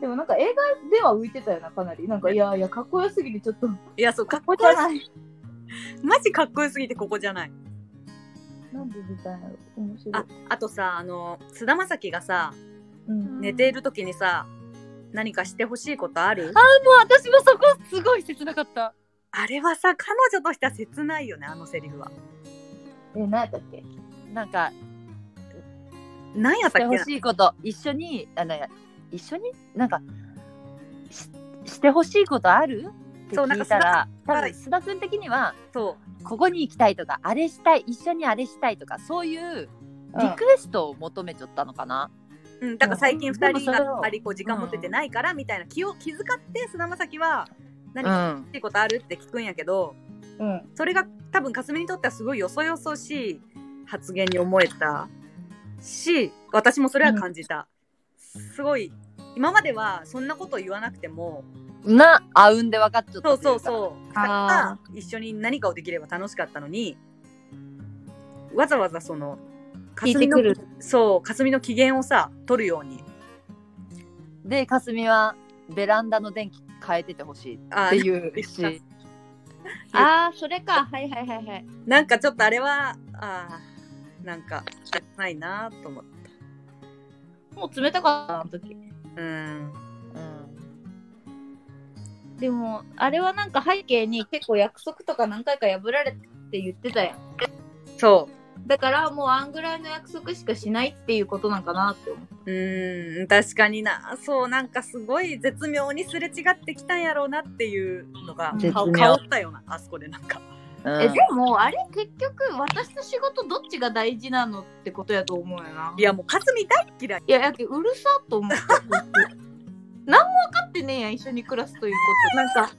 C: でもなんか映画では浮いてたよなかなりなんかいやいやかっこよすぎてちょっと
A: いやそうかっ こ
C: こ
A: よ
C: こじゃない
A: マジかっこよすぎてここじゃない
C: なんで見たんやろ面白い
A: ああとさあの菅田将暉がさ
C: うん
A: 寝ている時にさ何かしてほしいことある
B: もう私もそこすごい切なかった
A: あれはさ彼女としては切ないよねあのセリフは
C: え何やったっけ
B: なんか
A: なんやっ
B: したて
A: っ
B: ほ
A: けな
B: しいこと一緒にあの一緒になんかししてほしいことあるって
A: そうなん
B: 聞
A: か
B: いたら
A: 田
B: 多分須田君的には
A: そ
B: ここに行きたいとかあれしたい一緒にあれしたいとかそういうリ
C: うん
B: クエストを求めちゃったのかな、
A: う、うん、だから最近
B: でも
A: 2人が
B: それを
A: あんまりこう時間持ててないからみたいな気を気遣って菅田将暉は何か
B: ん
A: 欲しいことあるって聞くんやけど
C: うん
A: それが多分かすみにとってはすごいよそよそしい発言に思えたし私もそれは感じた、すごい今まではそんなこと言わなくても
B: なあうんで分かっちゃった
A: そう
B: と
A: そうう
B: いか
A: そうた
C: あ
A: だ一緒に何かをできれば楽しかったのにわざわざそのか
C: 聞い
A: す
C: て
A: みの
C: くる
A: そうかすみの機嫌をさ取るように
B: でかすみはベランダの電気変えててほしいっ
A: あ
B: ていうし
C: あーそれかはいはいはいはい
A: なんかちょっとあれはあーなんかないなと思って
C: もう冷たかったあの時
A: うん
B: うん
C: でもあれはなんか背景に結構約束とか何回か破られてって言ってたやん
A: そ
C: だからもうあんぐらいの約束しかしないっていうことなんかなって思う
A: ううん確かになそうなんかすごい絶妙にすれ違ってきたんやろうなっていうのが
C: 絶
A: 顔
B: 妙
A: 香ったよなあそこでなんか
B: うん
C: えでもあれ結局私の仕事どっちが大事なのってことやと思うよない
A: やもうかすみ大嫌い
C: いややけうるさと思って何も分かってねえやん一緒に暮らすということなんか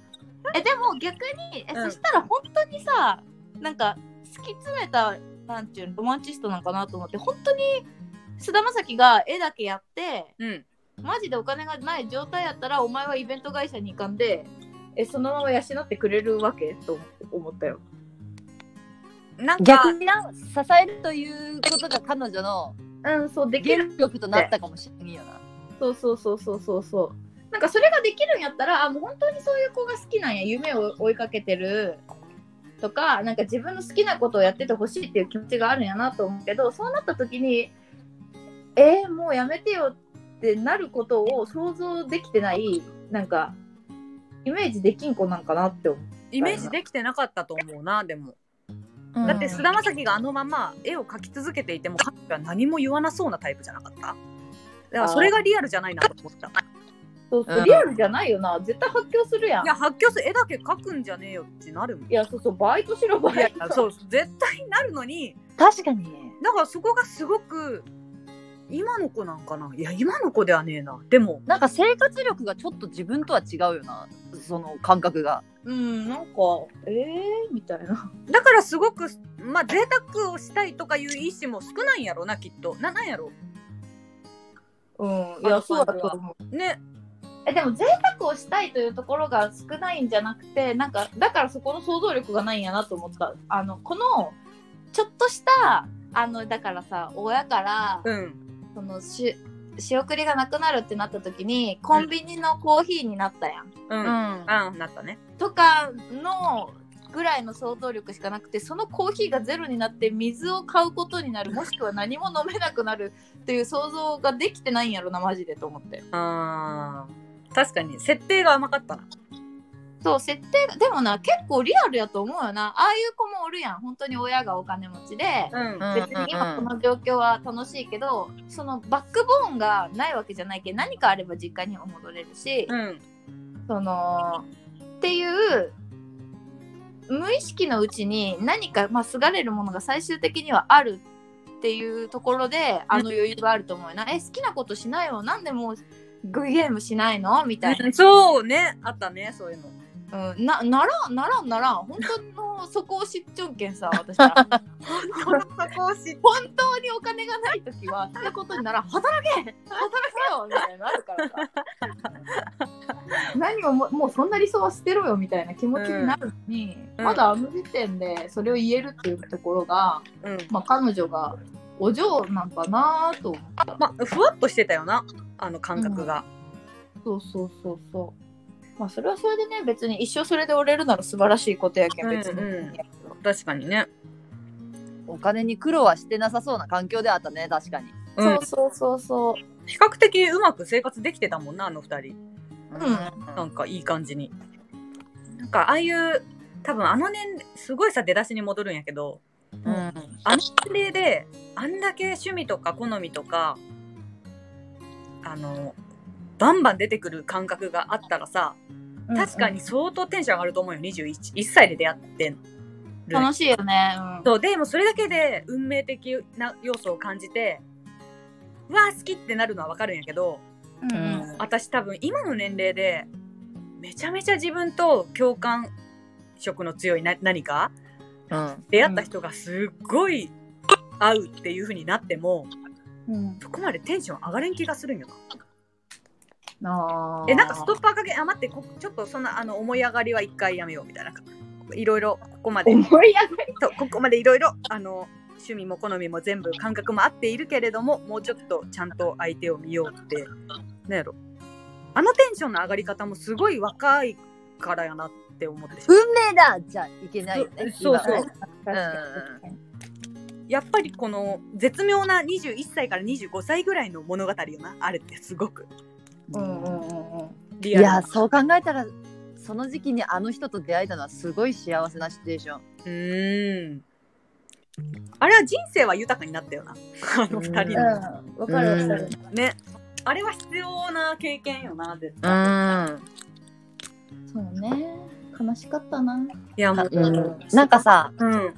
C: えでも逆にえ、
A: うん
C: そしたら本当にさなんか突き詰めたなんていうのロマンチストなんかなと思って本当に菅田将暉が絵だけやって
A: うん
C: マジでお金がない状態やったらお前はイベント会社に行かんでえそのまま養ってくれるわけと思ったよ。
A: なんか
B: 逆にな支えるということが彼女の
C: うんそうでき
B: 原
C: る
B: 力となったかもしれないよな
C: そうそうそうそうそうそうなんかそれができるんやったらあもう本当にそういう子が好きなんや夢を追いかけてるとかなんか自分の好きなことをやっててほしいっていう気持ちがあるんやなと思うけどそうなった時にえー、もうやめてよってなることを想像できてないなんかイメージできん子なんかなって思う。
A: イメージできてなかったと思うなでも
C: うん
A: だって菅田将暉があのまま絵を描き続けていても彼女は何も言わなそうなタイプじゃなかっただからそれがリアルじゃないなと思ったい
C: そうそう
B: うん
C: リアルじゃないよな絶対発狂するやん。い
A: や
C: や
A: 発狂する絵だけ描くんじゃねえよってなるもんい
C: そうそうバイトしろバ
A: や
C: イト。
A: そう絶対なるのに
B: 確かにね。
A: だからそこがすごく今の子なんかないや今の子ではねえなでも
B: なんか生活力がちょっと自分とは違うよな、その感覚が。
C: うんなんかえー、みたいな。
A: だからすごくまあ贅沢をしたいとかいう意思も少ないんやろなきっとななんやろ
C: うんいやそうだと思う。
A: ね
C: えでも贅沢をしたいというところが少ないんじゃなくてなんかだからそこの想像力がないんやなと思ったあのこのちょっとしたあのだからさ親から、
A: うん
C: そのし仕送りがなくなるってなった時にコンビニのコーヒーになったやん、
A: うん、うん、あなったね
C: とかのぐらいの想像力しかなくてそのコーヒーがゼロになって水を買うことになるもしくは何も飲めなくなるっていう想像ができてないんやろなマジでと思って。
A: あー確かに設定が甘かったな
C: そう設定がでもな結構リアルやと思うよなああいう子もおるやん本当に親がお金持ちで、
A: うん
B: うん
C: 別に今この状況は楽しいけどそのバックボーンがないわけじゃないけど何かあれば実家にも戻れるし、
A: うん
C: そのっていう無意識のうちに何か、まあ、すがれるものが最終的にはあるっていうところであの余裕があると思うよな、え好きなことしないよなんでもうグイゲームしないのみたいな
A: そうねあったねそういうの
C: うん、なならんならんならん本当のそこを知っちょんけんさ私は
A: そこを知っ
C: 本当にお金がない時はそういうことにならん働け働けよみたいなのあるからさ何をももうそんな理想は捨てろよみたいな気持ちになるのに、
A: うん
C: まだあの時点でそれを言えるっていうところが、
A: うん
C: まあ、彼女がお嬢なんかなと思った
A: まあふわっとしてたよなあの感覚が、
C: そうそうそうそうまあそれはそれでね別に一生それで折れるなら素晴らしいことやけん別に、
A: うんうん確かにね
B: お金に苦労はしてなさそうな環境であったね、確かに。
A: うん
C: そうそうそうそう
A: 比較的うまく生活できてたもんなあの二人
B: うん
A: なんかいい感じになんかああいう多分あの年すごいさ出だしに戻るんやけど
B: うん
A: あの年齢であんだけ趣味とか好みとかあのバンバン出てくる感覚があったらさ確かに相当テンション上がると思うよ21 1歳で出会ってんる
C: 楽しいよね。
A: そうでもそれだけで運命的な要素を感じてうわー好きってなるのはわかるんやけど
C: うん。うん
B: うん
A: 私多分今の年齢でめちゃめちゃ自分と共感色の強いな何か
B: うん
A: 出会った人がすっごい合うっていう風になっても
C: うん。
A: そこまでテンション上がれん気がするんよな。
C: あー
A: えなんかストッパーかけあ待ってこちょっとそんなあの思い上がりは一回やめようみたいななんかいろいろここまで
C: 思い上がり。
A: とここまでいろいろあの趣味も好みも全部感覚も合っているけれどももうちょっとちゃんと相手を見ようってなんやろあのテンションの上がり方もすごい若いからやなって思ってしまう
B: 運命だじゃいけないよね。
A: そう
B: 今はね
C: 確
B: 確
C: かに。
A: やっぱりこの絶妙な21歳から25歳ぐらいの物語よなあれってすごく
C: うんうんうんうん。
A: リ
B: い
A: アルな
B: や、そう考えたら、その時期にあの人と出会えたのはすごい幸せなシチュエーション。
A: うーんあれは人生は豊かになったよなあの二人の
B: う
C: うん。わかるわかる。
A: ねあれは必要な経験よな絶対
B: うん。
C: そうね。悲しかったな。
A: いやもう
B: うんなんかさ、
A: うん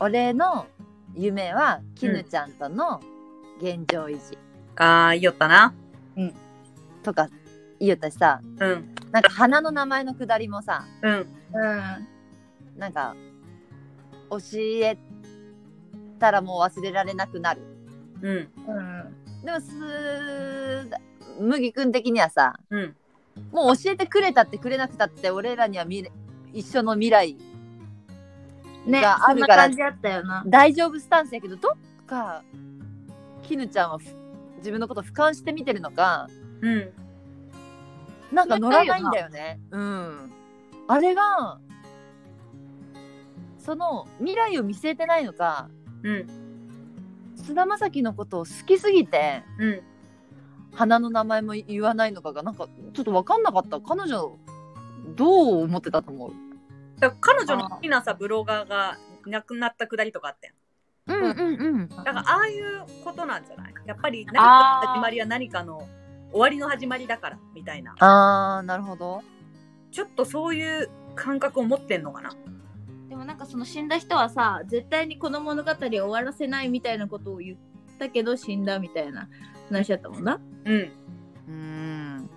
B: 俺の夢は、きぬちゃんとの現状維持
A: ああいいよったな
B: とか言うたしさ、
A: うん
B: なんか花の名前のくだりもさ、
A: うん
C: うん。
B: なんか、教えたらもう忘れられなくなる。
A: うん
C: うん。
B: でも、す、麦君的にはさ、
A: うん
B: もう教えてくれたってくれなくたって、俺らには未来一緒の未来、
C: ね
B: が、あ
C: そん
B: る
C: な
B: から
C: 感じだったよな。
B: 大丈夫スタンスやけど、どっか、きぬちゃんはふ自分のこと俯瞰して見てるのか、
A: うん
B: なんか乗らないんだよね。うん。あれが、その未来を見据えてないのか
A: うん
B: 菅田将暉のことを好きすぎて
A: うん
B: 花の名前も言わないのかがなんかちょっと分かんなかった彼女どう思ってたと思う
A: だから彼女の好きなさブロガーが亡くなったくだりとかあったよ
B: うんうん
A: だからああいうことなんじゃないやっぱり何
C: あ
A: か
C: ー
A: の始まりは何かの終わりの始まりだからみたいな
B: ああなるほど
A: ちょっとそういう感覚を持ってんのかな
C: でもなんかその死んだ人はさ絶対にこの物語を終わらせないみたいなことを言ったけど死んだみたいな話だったもんな
A: うん
B: うん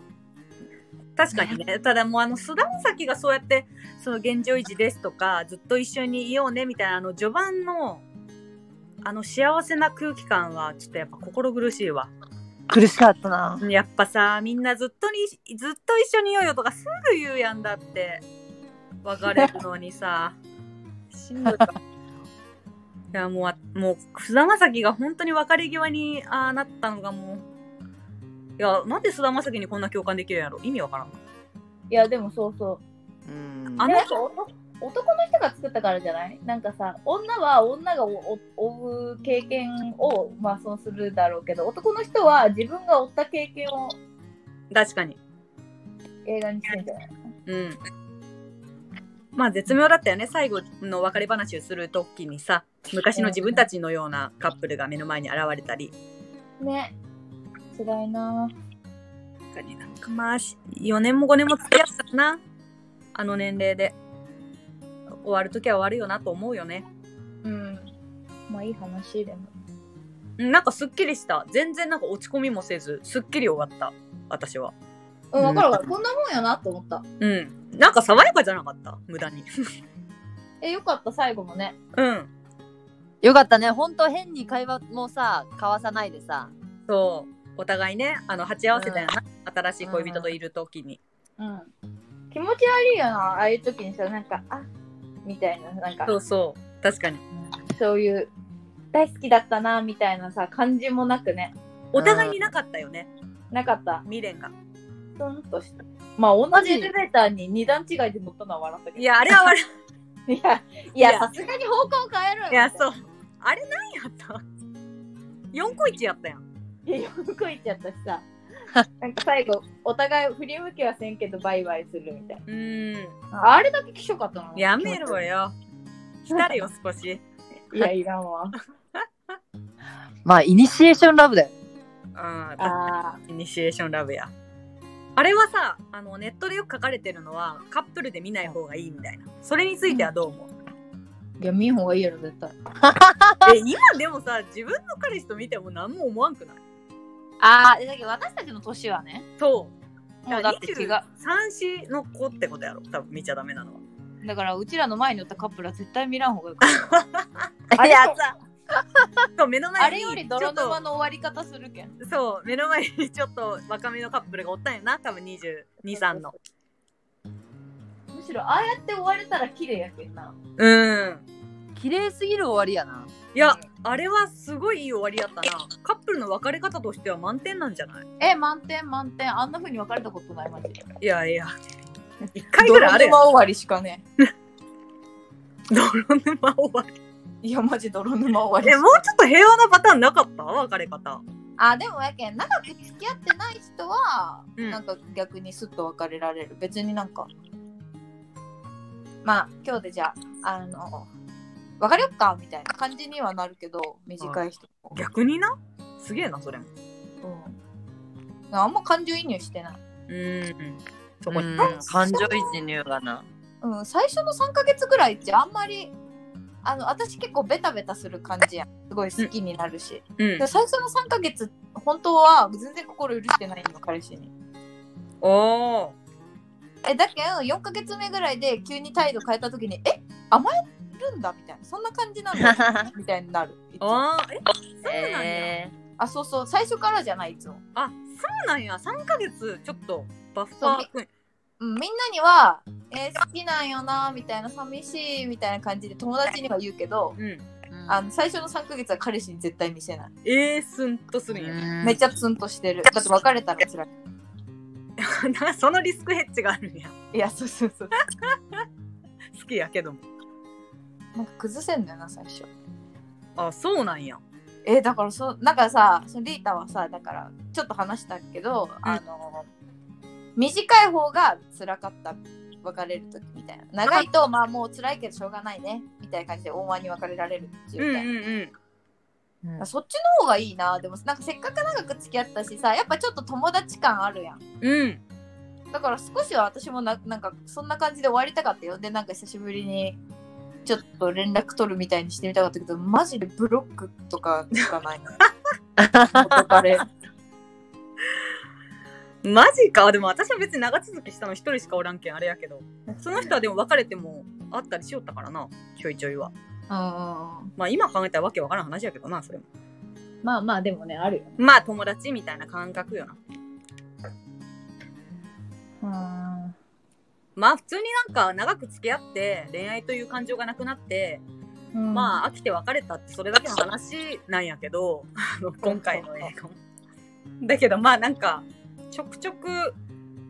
A: 確かに ね、ただもうあの菅田将暉がそうやってその現状維持ですとかずっと一緒にいようねみたいなあの序盤のあの幸せな空気感はちょっとやっぱ心苦しいわ
B: 苦しかったな
A: やっぱさみんなずっとにずっと一緒にいようよとかすぐ言うやんだって別れるのにさしんどいわいやもうもう菅田将暉が本当に別れ際にああなったのがもういやなんで菅田将暉にこんな共感できるんやろ意味わからん
C: いやでもそうそう
B: うん
A: あ
C: い
A: の
C: ややっぱ男男の人が作ったからじゃないなんかさ女は女がおお追う経験をまあそうするだろうけど男の人は自分が追った経験を
A: 確かに
C: 映画にしてんじゃない
A: うん。まあ絶妙だったよね最後の別れ話をする時にさ昔の自分たちのようなカップルが目の前に現れたり
C: ね辛いな
A: 確かになんかまあ4年も5年も付き合ったなあの年齢で終わる時は終わるよなと思うよね
C: うんまあいい話でも
A: うんなんかすっきりした全然なんか落ち込みもせずすっきり終わった私は
C: うん
B: うん
C: 分かる分かるこんなもんやなと思った
A: うんなんか爽やかじゃなかった無駄に
C: えよかった最後もね
A: うん
B: よかったね本当変に会話もさ交わさないでさ
A: そうお互いねあの鉢合わせたよな、新しい恋人といる時に
C: うん気持ち悪いよなああいう時にさなんかあみたいななんか
A: そうそう確かに
C: そういう大好きだったなみたいなさ感じもなくね
A: お互いになかったよね
C: なかった
A: 未練が
C: スンとしたまあ同じエレベーターに二段違いで乗ったのは笑ったけ
A: いやあれは悪い
C: どいやい
A: いや
C: やさすがに方向変えろよ
A: いやそううあれ何やった4個1やったやん
C: いや横行っちゃったし さなんか最後お互い振り向きはせんけどバイバイするみたいう
A: ーん
C: なあれだけきしょかったの
A: やめろ よ浸れよ少し
C: いやいらんわ
B: まあイニシエーションラブだよ
A: うん
C: あ
A: イニシエーションラブやあれはさあのネットでよく書かれてるのはカップルで見ない方がいいみたいなそれについてはどう思う、
C: ーいや見ん方がいいやろ絶対
A: え今でもさ自分の彼氏と見ても何も思わんくない
B: あ
C: だけど私たちの年はね
A: そう
B: もうだって違う
A: 3子の子ってことやろ多分見ちゃダメなのは
C: だからうちらの前に乗ったカップルは絶対見らん方がいいから
A: いや さそう目の前に
C: あれより泥
A: ちょっと
C: 沼の終わり方するけん。
A: そう目の前にちょっと若めのカップルがおったんやな多分223の
C: むしろああやって終われたら綺麗やけんな。
A: うん
B: 綺麗すぎる終わりやない
A: やあれはすごいいい終わりやったなカップルの別れ方としては満点なんじゃない
C: え、満点満点。あんな風に別れたことないマジで。
A: いやいや1回ぐらいあれや
C: 泥沼終わりしかね。
A: 泥沼終わり
C: いや、マジ泥沼終
A: え
C: わり
A: もうちょっと平和なパターンなかった別れ方
C: あ、でもやけん、長く付き合ってない人は、
A: うん
C: なんか逆にスッと別れられる。別になんか。まあ、今日でじゃあ、あの、別れよっかみたいな感じにはなるけど、短い人も。
A: 逆になすげえなそれも
C: うん。あんま感情移入してない。
A: うんそこに
B: 感情移入がな
C: うん、最初の3ヶ月ぐらいってあんまりあの私結構ベタベタする感じやんすごい好きになるし、
A: うん
C: で最初の3ヶ月本当は全然心許してないの彼氏に
A: おー
C: えだけど4ヶ月目ぐらいで急に態度変えた時にえ甘えるんだみたいなそんな感じな んだみたいになるいつも
A: あーえそうなんや、
B: え
C: あそうそう最初からじゃないいつも、
A: あそうなんや3ヶ月ちょっとバッファーくん
C: うん、みんなにはえー好きなんよなみたいな寂しいみたいな感じで友達には言うけど
A: うん
B: ー
C: あの最初の3ヶ月は彼氏に絶対見せない
A: えー、すんとするんや、
C: めっちゃツンとしてる。だって別れたら辛い。
A: なんかそのリスクヘッジがあるんや
C: いや、そうそうそう。
A: 好きやけども
C: なんか崩せんだよな最初
A: あそうなんや
C: えだからそうなんかさそのリータはさだからちょっと話したけど、あの短い方が辛かった別れる時みたいな長いとまあもう辛いけどしょうがないねみたいな感じで大間に別れられるって
A: うん
C: い
A: うん
C: うみたいな、
A: うん
B: うん
C: そっちの方がいいなでもなんかせっかく長く付き合ったしさやっぱちょっと友達感あるやん
A: うん
C: だから少しは私もななんかそんな感じで終わりたかったよでなんか久しぶりにちょっと連絡取るみたいにしてみたかったけどマジでブロックとかしかない元彼
A: マジかでも私は別に長続きしたの一人しかおらんけんあれやけどその人はでも別れてもあったりしよったからなちょいちょいは
C: うん
A: まあ今考えたらわけわからん話やけどなそれも
C: まあまあでもねあるよね
A: まあ友達みたいな感覚よな
C: うん
A: まあ普通になんか長く付き合って恋愛という感情がなくなって、
C: まあ
A: まあ飽きて別れたってそれだけの話なんやけどあの今回の映画も。だけどまあなんかちょくちょく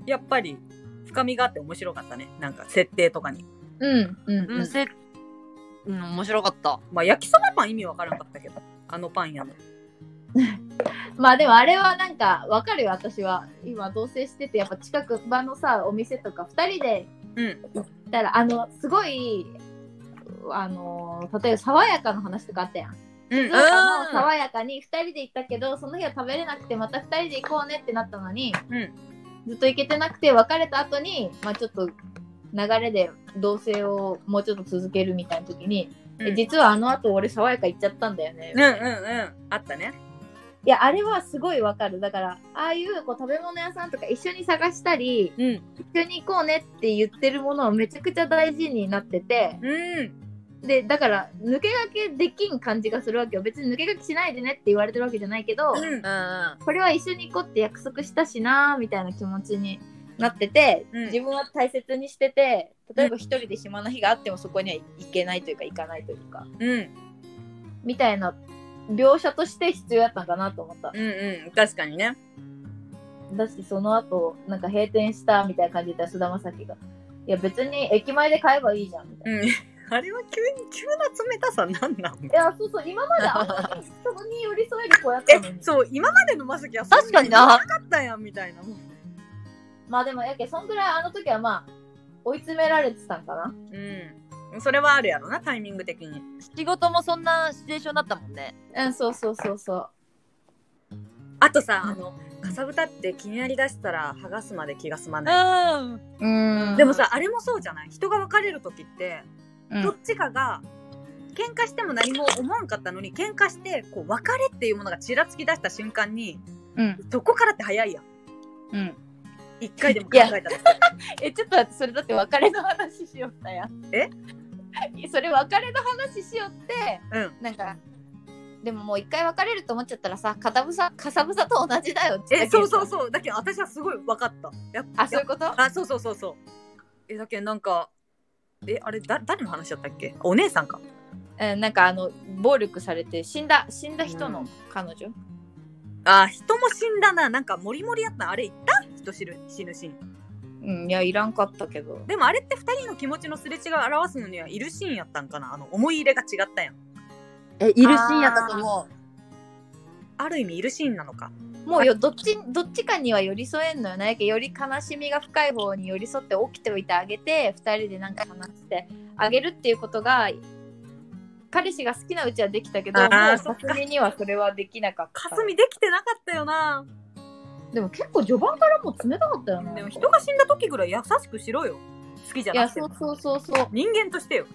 A: やっぱり深みがあって面白かったねなんか設定とかに。
C: うんうん
B: うん、せうん、面白かった。
A: まあ焼きそばパン意味わからんかったけどあのパン屋の。
C: まあでもあれはなんかわかるよ私は今同棲しててやっぱ近く場のさお店とか2人で
A: うん
C: 行ったら、あのすごいあの例えば爽やかの話とかあったやん
A: うん
C: 静岡の爽やかに2人で行ったけどその日は食べれなくてまた2人で行こうねってなったのに
A: うん
C: ずっと行けてなくて別れた後にまあちょっと流れで同棲をもうちょっと続けるみたいな時に、
A: うん
C: え実はあの後俺爽やか行っちゃったんだよね、
A: うんうんうんあったね。
C: いやあれはすごいわかるだからああいうこう食べ物屋さんとか一緒に探したり
A: うん
C: 一緒に行こうねって言ってるものはめちゃくちゃ大事になってて
A: うん
C: でだから抜け駆けできん感じがするわけよ別に抜け駆けしないでねって言われてるわけじゃないけど、
A: うん
B: うん
C: これは一緒に行こうって約束したしなーみたいな気持ちになってて、
A: うん
C: 自分は大切にしてて例えば一人で暇な日があってもそこには行けないというか行かないというか
A: うん
C: みたいな描写として必要だったんかなと思った
A: う、んうん確かにね。
C: だしその後なんか閉店したみたいな感じで言ったら菅田将暉が「いや別に駅前で買えばいいじゃん」みたいな。
A: うん あれは急に急な冷たさなんなん
C: いやそうそう今まであんなに人に寄り添える子やったのに
A: えそう今までのまさきは
B: 確かにな
A: かったやんみたいなもん
C: まあでもやけそんぐらいあの時はまあ追い詰められてたんかな
A: うんそれはあるやろなタイミング的に
B: 仕事もそんなシチュエーションだったもんね。
C: うんそうそうそうそう
A: あとさ、
C: うん
A: あのかさぶたって気になりだしたら剥がすまで気が済まない、
B: ん。
C: うん
A: でもさあれもそうじゃない人が別れる時って、
C: うん
A: どっちかが喧嘩しても何も思わんかったのに喧嘩してこう別れっていうものがちらつき出した瞬間に
C: うん
A: どこからって早いやん
C: うん
A: 一回でも考えたら
C: えちょっと待ってそれだって別れの話しよったやん
A: え
C: それ別れの話しよって
A: うん
C: なんかでももう一回別れると思っちゃったらさかたぶさかさぶさと同じだよって
A: えそうそうそうだけど私はすごい分かったやっ
C: あそういうこと
A: あそうそうそうそうえだけどなんかえあれだ誰の話だったっけお姉さんか
C: うんなんかあの暴力されて死んだ死んだ人の彼女、
A: あ人も死んだななんかモリモリやったあれ言った人知る死ぬシーン
C: うんいやいらんかったけど
A: でもあれって2人の気持ちのすれ違いを表すのにはいるシーンやったんかなあの思い入れが違ったやん
B: え、いるシーンやったと思
A: ある意味いるシーンなのか
C: もうよどっちどっちかには寄り添えんのよねより悲しみが深い方に寄り添って起きておいてあげて2人でなんか話してあげるっていうことが彼氏が好きなうちはできたけど
A: あ
C: もう
A: ーそっか
C: かすみにはそれはできなかった
A: かすみできてなかったよな
C: でも結構序盤からもう冷たかったよね
A: でも人が死んだ時ぐらい優しくしろよ好きじゃ
C: いや
A: なくて
C: そ
A: も
C: うそうそうそう
A: 人間としてよ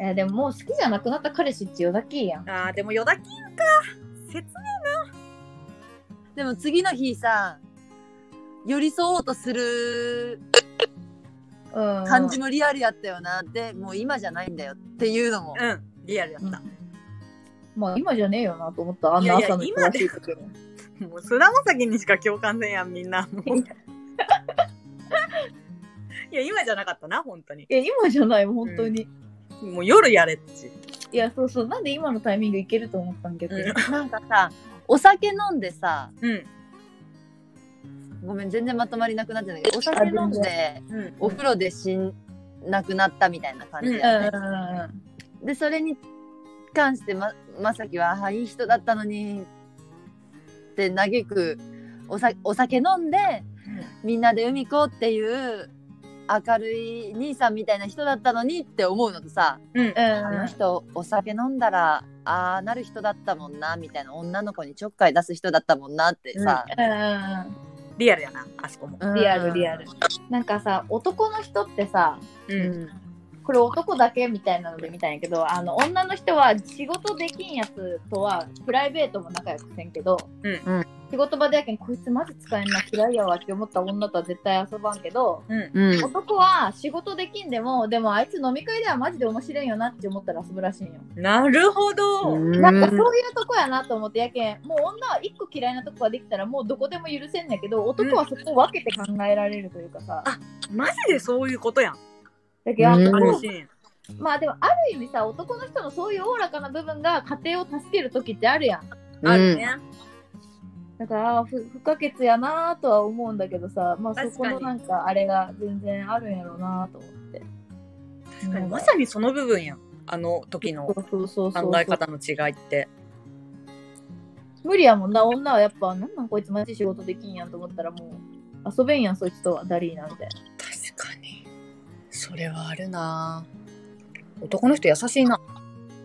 C: いやでももう好きじゃなくなった彼氏ってよだきやん
A: あーでもヨダキンか切な
B: う。でも次の日さ、寄り添おうとする
C: うん
B: 感じもリアルやったよな。で、もう今じゃないんだよっていうのも。
A: うんリアルやった、
C: まあ今じゃねえよなと思ったあんな
A: やい
C: い
A: や
C: 朝の
A: 今
C: 忙
A: で
C: しい時に
A: もう菅田将暉にしか共感せんやんみんな いや今じゃなかったな本当に
C: いや今じゃない本当に、
A: もう夜やれっち
C: いやそうそうなんで今のタイミングいけると思ったんけど、
A: うん
B: なんかさ、お酒飲んでさ、
A: うん
B: ごめん、全然まとまりなくなってないけど、お酒飲んで、
A: うん
B: お風呂で死んなくなったみたいな感じだよね。
C: う
B: でそれに関してままさきはあーいい人だったのにって嘆くおさお酒飲んでみんなで海行こうっていう明るい兄さんみたいな人だったのにって思うのとさ、
A: うん
C: う
B: あの
C: ん
B: 人お酒飲んだらああなる人だったもんなみたいな女の子にちょっかい出す人だったもんなってさ、
A: リアルやなあそこも
B: うん
C: リアルリアルなんかさ男の人ってさ
A: う
B: うんん
C: これ男だけみたいなので見たんやけどあの女の人は仕事できんやつとはプライベートも仲良くせんけど、
A: うん
B: うん
C: 仕事場でやけんこいつマジ使えんな嫌いやわって思った女とは絶対遊ばんけど
A: うん
B: うん
C: 男は仕事できんでもでもあいつ飲み会ではマジで面白いよなって思ったら遊ぶらしいんよ、
A: なるほど、
C: なんかそういうとこやなと思ってやけんもう女は一個嫌いなとこができたらもうどこでも許せんやけど男はそこを分けて考えられるというかさ、
A: あマジでそういうことやん
C: だけどあ
B: うん
A: あ
C: 男
A: の
C: は
A: シーン
C: まあでもある意味さ男の人のそういうおおらかな部分が家庭を助ける時ってあるやん
A: あるね、
C: だから不不可欠やなとは思うんだけどさまあそこの
A: 確
C: な
A: か
C: んかあれが全然あるんやろうなと思って
A: 確かに
C: うん
A: まさにその部分やんあの時の
C: そうそうそうそう
A: 考え方の違いって
C: 無理やもんな女はやっぱなんなんこいつマジ仕事できんやんと思ったらもう遊べんやんそいつとはダリーなみたいな
A: 確かにそれはあるな男の人優しい な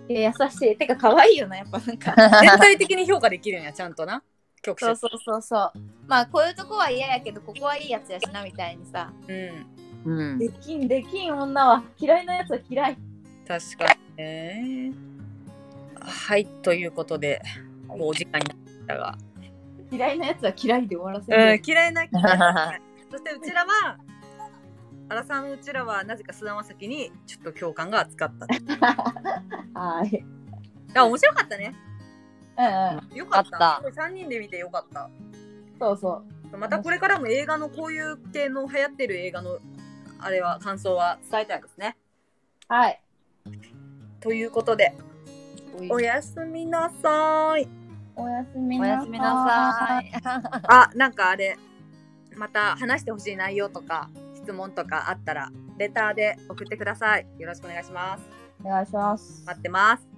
A: い
C: や優しいてか可愛いよなやっぱなんか
A: 全体的に評価できるんやちゃんとな曲
C: そう
A: 折
C: そうそうそうまあこういうとこは嫌やけどここはいいやつやしなみたいにさ
A: うん
B: うん
C: できんできん女は嫌いなやつは嫌い
A: 確かにねはいということでもうお時間になったが、
C: 嫌いなやつは嫌いで終わらせ
A: うん
C: る、、
A: 嫌いな嫌いなそしてうちら はアラサーのうちらはなぜか菅田将暉にちょっと共感が厚かったっていう
C: はい
A: あ面白かったね
C: うんうん
A: よかった
B: あった
A: これ3人で見てよかった
C: そうそう
A: またこれからも映画のこういう系の流行ってる映画のあれは感想は伝えたいですね。
C: はい
A: ということでおやすみなさ い。
C: おやすみ
B: おや
C: な
B: すみなさい。
A: あなんかあれまた話してほしい内容とか質問とかあったらレターで送ってください。よろしくお願いします。
C: お願いします
A: 待ってます。